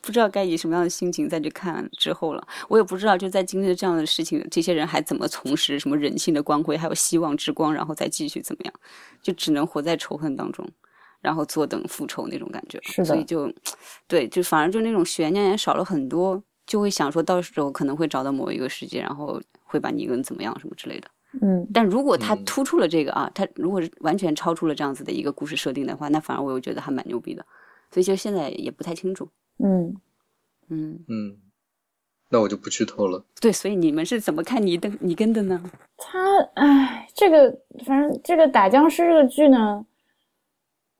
S3: 不知道该以什么样的心情再去看之后了。我也不知道就在经历了这样的事情，这些人还怎么重拾什么人性的光辉，还有希望之光，然后再继续怎么样，就只能活在仇恨当中，然后坐等复仇那种感觉。
S2: 是的
S3: 所以就对，就反而就那种悬念也少了很多，就会想说到时候可能会找到某一个世界，然后会把尼根怎么样什么之类的。
S2: 嗯
S3: 但如果他
S4: 嗯
S3: 突出了这个啊，他如果是完全超出了这样子的一个故事设定的话，那反而我又觉得还蛮牛逼的。所以就现在也不太清楚，
S2: 嗯，
S3: 嗯，
S4: 嗯，那我就不剧透了。
S3: 对，所以你们是怎么看尼登尼根的呢？
S2: 他唉，这个反正这个打僵尸这个剧呢，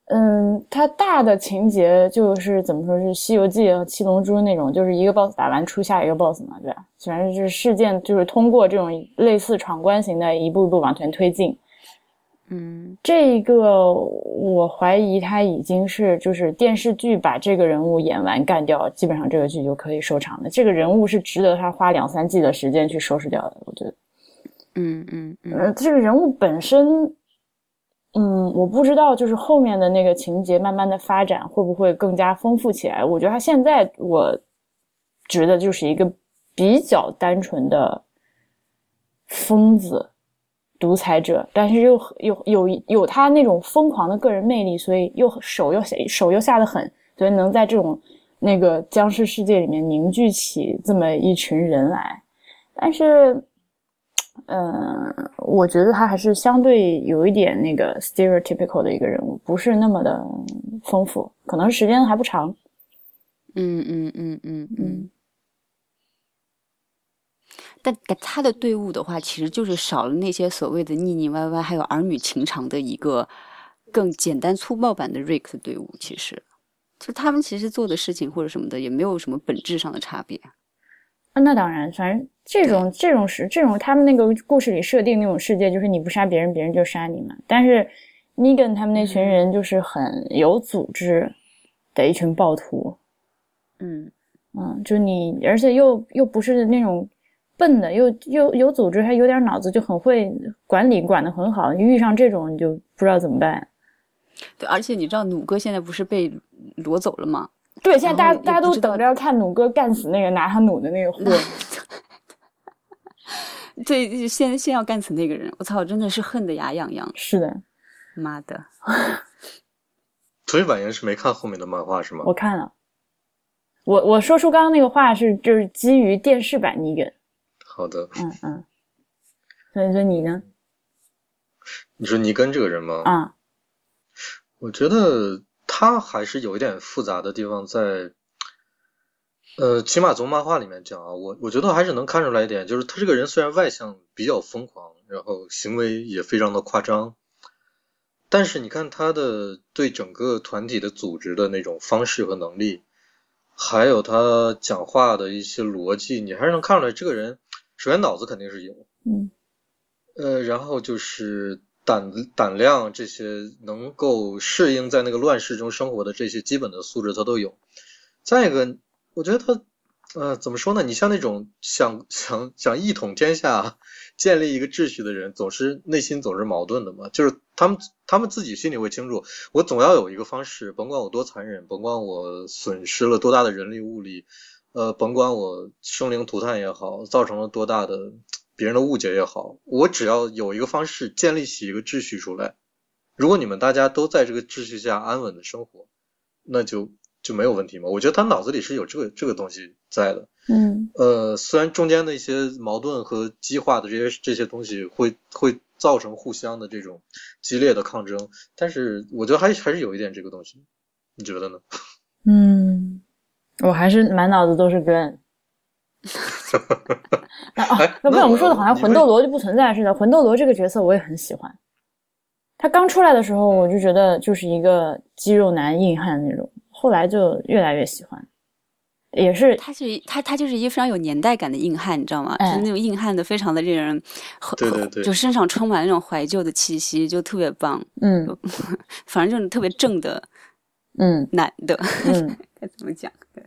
S2: 嗯，它大的情节就是怎么说是《西游记》和《七龙珠》那种，就是一个 boss 打完出下一个 boss 嘛，对吧？反正就是事件就是通过这种类似闯关型的，一步一步往前推进。
S3: 嗯
S2: 这一个我怀疑他已经是就是电视剧把这个人物演完干掉，基本上这个剧就可以收场了。这个人物是值得他花两三季的时间去收拾掉的，我觉得。
S3: 嗯嗯嗯
S2: 呃，这个人物本身，嗯，我不知道，就是后面的那个情节慢慢的发展会不会更加丰富起来？我觉得他现在，我觉得就是一个比较单纯的疯子、独裁者，但是又又有有他那种疯狂的个人魅力，所以又手又手又下的狠，所以能在这种那个僵尸世界里面凝聚起这么一群人来。但是，嗯，我觉得他还是相对有一点那个 stereotypical 的一个人物，不是那么的丰富，可能时间还不长。
S3: 嗯嗯嗯嗯
S2: 嗯
S3: 嗯。但但他的队伍的话，其实就是少了那些所谓的腻腻歪歪，还有儿女情长的一个更简单粗暴版的 Rick 的队伍。其实，就他们其实做的事情或者什么的，也没有什么本质上的差别。
S2: 啊，那当然，反正这种这种时这种他们那个故事里设定那种世界，就是你不杀别人，别人就杀你嘛。但是 Negan 他们那群人就是很有组织的一群暴徒，
S3: 嗯
S2: 嗯，就你，而且又又不是那种笨的，又又有组织，还有点脑子，就很会管理，管得很好。你遇上这种，你就不知道怎么办。，
S3: 对，而且你知道弩哥现在不是被挪走了吗？
S2: 对，现在大家
S3: 然后也
S2: 大家
S3: 不
S2: 都
S3: 知道
S2: 等着要看弩哥干死那个拿他弩的那个货。
S3: 对，先先要干死那个人，我操，真的是恨得牙痒痒，
S5: 是的，
S3: 妈的！
S4: 所以婉言是没看后面的漫画是吗
S5: 我？看了。我我说出刚刚那个话是就是基于电视版尼根，
S4: 好的，
S5: 嗯嗯。所以说你呢？
S4: 你说尼根这个人吗？
S5: 啊、
S4: 我觉得他还是有一点复杂的地方在，呃，起码从漫画里面讲啊，我我觉得还是能看出来一点，就是他这个人虽然外向，比较疯狂，然后行为也非常的夸张，但是你看他的对整个团体的组织的那种方式和能力，还有他讲话的一些逻辑，你还是能看出来这个人，首先脑子肯定是有，
S5: 嗯
S4: 呃，然后就是胆胆量这些能够适应在那个乱世中生活的这些基本的素质，他都有。再一个，我觉得他，呃，怎么说呢？你像那种想想想一统天下、建立一个秩序的人，总是内心总是矛盾的嘛。就是他们他们自己心里会清楚，我总要有一个方式，甭管我多残忍，甭管我损失了多大的人力物力，呃，甭管我生灵涂炭也好，造成了多大的别人的误解也好，我只要有一个方式建立起一个秩序出来。如果你们大家都在这个秩序下安稳的生活，那就就没有问题嘛。我觉得他脑子里是有这个这个东西在的。
S5: 嗯
S4: 呃，虽然中间的一些矛盾和激化的这些这些东西会会造成互相的这种激烈的抗争，但是我觉得还还是有一点这个东西，你觉得呢？
S5: 嗯，我还是满脑子都是 Glen。那哦
S4: 哎，
S5: 那不
S4: 那
S5: 我们
S4: 我
S5: 说的好像
S4: 你
S5: 魂
S4: 为
S5: 斗罗就不存在似的。魂斗罗这个角色我也很喜欢，他刚出来的时候我就觉得就是一个肌肉男硬汉那种，后来就越来越喜欢，也是
S3: 他是他他就是一个非常有年代感的硬汉，你知道吗？就
S5: 哎
S3: 是那种硬汉的，非常的令人，
S4: 对对对
S3: 就身上充满那种怀旧的气息，就特别棒。
S5: 嗯
S3: 反正就是特别正的
S5: 嗯
S3: 男的，
S5: 嗯，
S3: 该怎么讲？对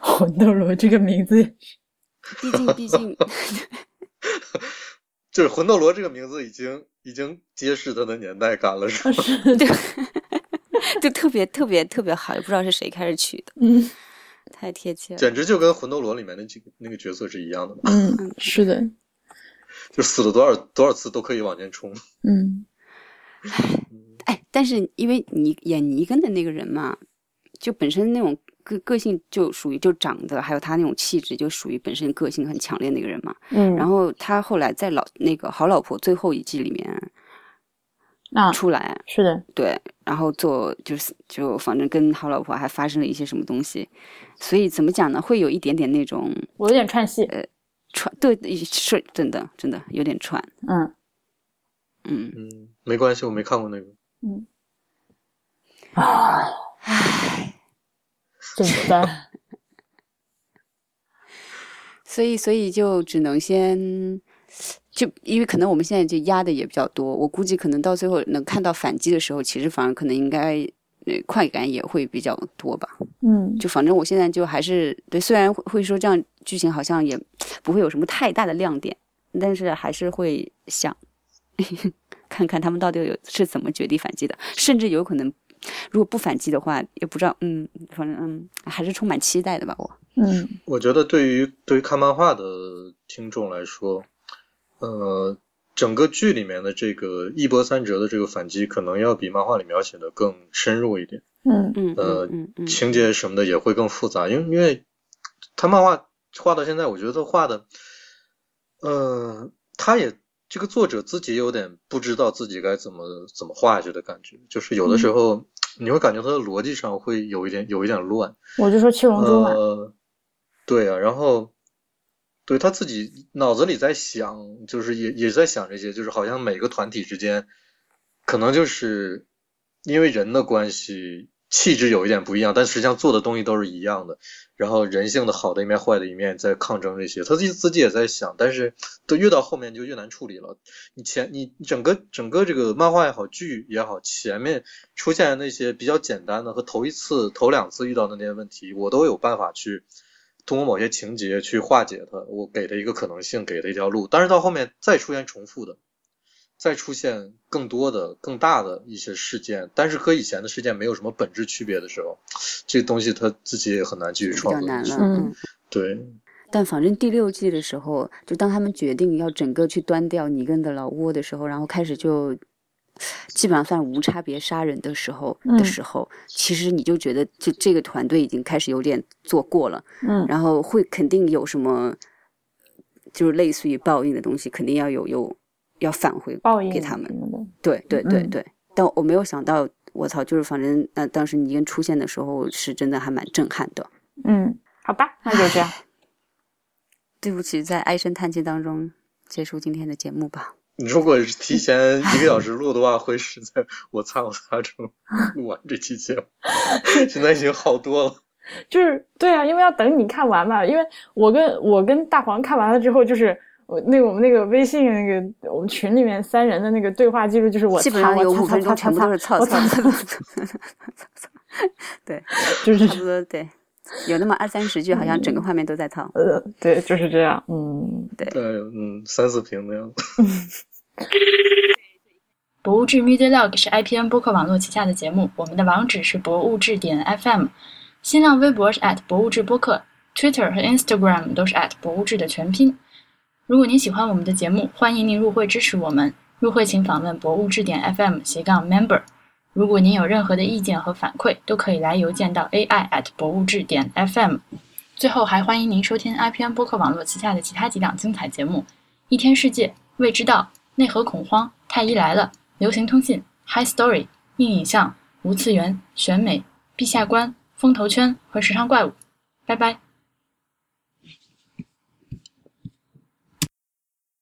S5: 魂斗罗这个名字
S3: 毕竟毕竟
S4: 就是魂斗罗这个名字已经已经揭示它的年代感了，是吧？
S3: 就特别特别特别好，也不知道是谁开始取的，
S5: 嗯
S3: 太贴切了。
S4: 简直就跟魂斗罗里面那几个那个角色是一样的嘛，
S5: 嗯是的
S4: 就死了多少多少次都可以往前冲。
S5: 嗯
S3: 哎，但是因为你演尼根的那个人嘛，就本身那种个个性就属于就长得，还有他那种气质就属于本身个性很强烈的那个人嘛。
S5: 嗯，
S3: 然后他后来在老那个好老婆最后一季里面
S5: 啊
S3: 出来，
S5: 是的
S3: 对，然后做就是就反正跟好老婆还发生了一些什么东西，所以怎么讲呢？会有一点点那种
S5: 我有点串戏
S3: 呃串，对，是真的真的有点串，
S5: 嗯
S3: 嗯，
S4: 嗯，没关系，我没看过那个。
S5: 啊，真的
S3: 所以所以就只能先。就因为可能我们现在就压的也比较多，我估计可能到最后能看到反击的时候，其实反而可能应该呃快感也会比较多吧。
S5: 嗯
S3: 就反正我现在就还是对，虽然会会说这样剧情好像也不会有什么太大的亮点，但是还是会想 看看他们到底有是怎么绝地反击的，甚至有可能如果不反击的话，也不知道，嗯，反正嗯，还是充满期待的吧。我
S5: 嗯
S4: 我觉得对于对于看漫画的听众来说，呃，整个剧里面的这个一波三折的这个反击，可能要比漫画里描写的更深入一点，
S5: 嗯
S3: 嗯
S4: 呃
S3: 嗯嗯嗯，
S4: 情节什么的也会更复杂，因为因为他漫画画到现在，我觉得他画的，呃，他也这个作者自己有点不知道自己该怎么怎么画下去的感觉，就是有的时候、你会感觉他的逻辑上会有一点有一点乱。
S5: 我就说七龙珠嘛
S4: 呃，对啊，然后对他自己脑子里在想，就是也也在想这些，就是好像每个团体之间，可能就是因为人的关系，气质有一点不一样，但实际上做的东西都是一样的。然后人性的好的一面、坏的一面在抗争这些，他自己自己也在想，但是都越到后面就越难处理了。你前你你整个整个这个漫画也好，剧也好，前面出现的那些比较简单的和头一次、头两次遇到的那些问题，我都有办法去通过某些情节去化解它，我给它一个可能性，给它一条路。但是到后面再出现重复的，再出现更多的、更大的一些事件，但是和以前的事件没有什么本质区别的时候，这东西他自己也很难继续
S3: 比较
S4: 创作
S3: 难
S4: 下
S3: 了，
S5: 嗯
S4: 去。
S3: 嗯，
S4: 对，
S3: 但反正第六季的时候，就当他们决定要整个去端掉尼根的老窝的时候，然后开始就基本上算无差别杀人的时候
S5: 嗯
S3: 的时候，其实你就觉得这这个团队已经开始有点做过了，
S5: 嗯，
S3: 然后会肯定有什么，就是类似于报应的东西，肯定要有有要返回
S5: 报应
S3: 给他们
S5: 什。么的，
S3: 对对对
S5: 嗯
S3: 对，但我没有想到，我操，就是反正那当时尼根出现的时候，是真的还蛮震撼的。
S5: 嗯，好吧，那就这样。
S3: 对不起，在唉声叹气当中结束今天的节目吧。
S4: 如果是提前一个小时录的话，会是在我擦我擦中录完这期节目。现在已经好多了，
S5: 就是对啊，因为要等你看完嘛。因为我跟我跟大黄看完了之后，就是我那个我们那个微信那个我们群里面三人的那个对话记录，就是我
S3: 基本
S5: 擦
S3: 上有
S5: 我擦
S3: 五分
S5: 擦擦
S3: 钟全部
S5: 擦
S3: 都是操
S5: 我
S3: 操
S5: 擦
S3: 操操操操，对，
S5: 就是
S3: 差不多对，有那么二三十句，好像整个画面都在操。
S5: 呃，对，就是这样。嗯，
S4: 对，嗯，三四瓶的样子。
S1: 博物志 Media Log 是 IPN 播客网络旗下的节目，我们的网址是博物志点 FM，新浪微博是 at 博物志播客，Twitter 和 Instagram 都是 at 博物志的全拼。如果您喜欢我们的节目，欢迎您入会支持我们。入会请访问博物志点 FM 斜杠 member。如果您有任何的意见和反馈，都可以来邮件到 ai at 博物志点 FM。最后，还欢迎您收听 IPN 播客网络旗下的其他几档精彩节目：一天世界、未知道、内核恐慌、太医来了、流行通信、High Story、硬影像、无次元、选美、陛下观、风投圈和时尚怪物。拜拜。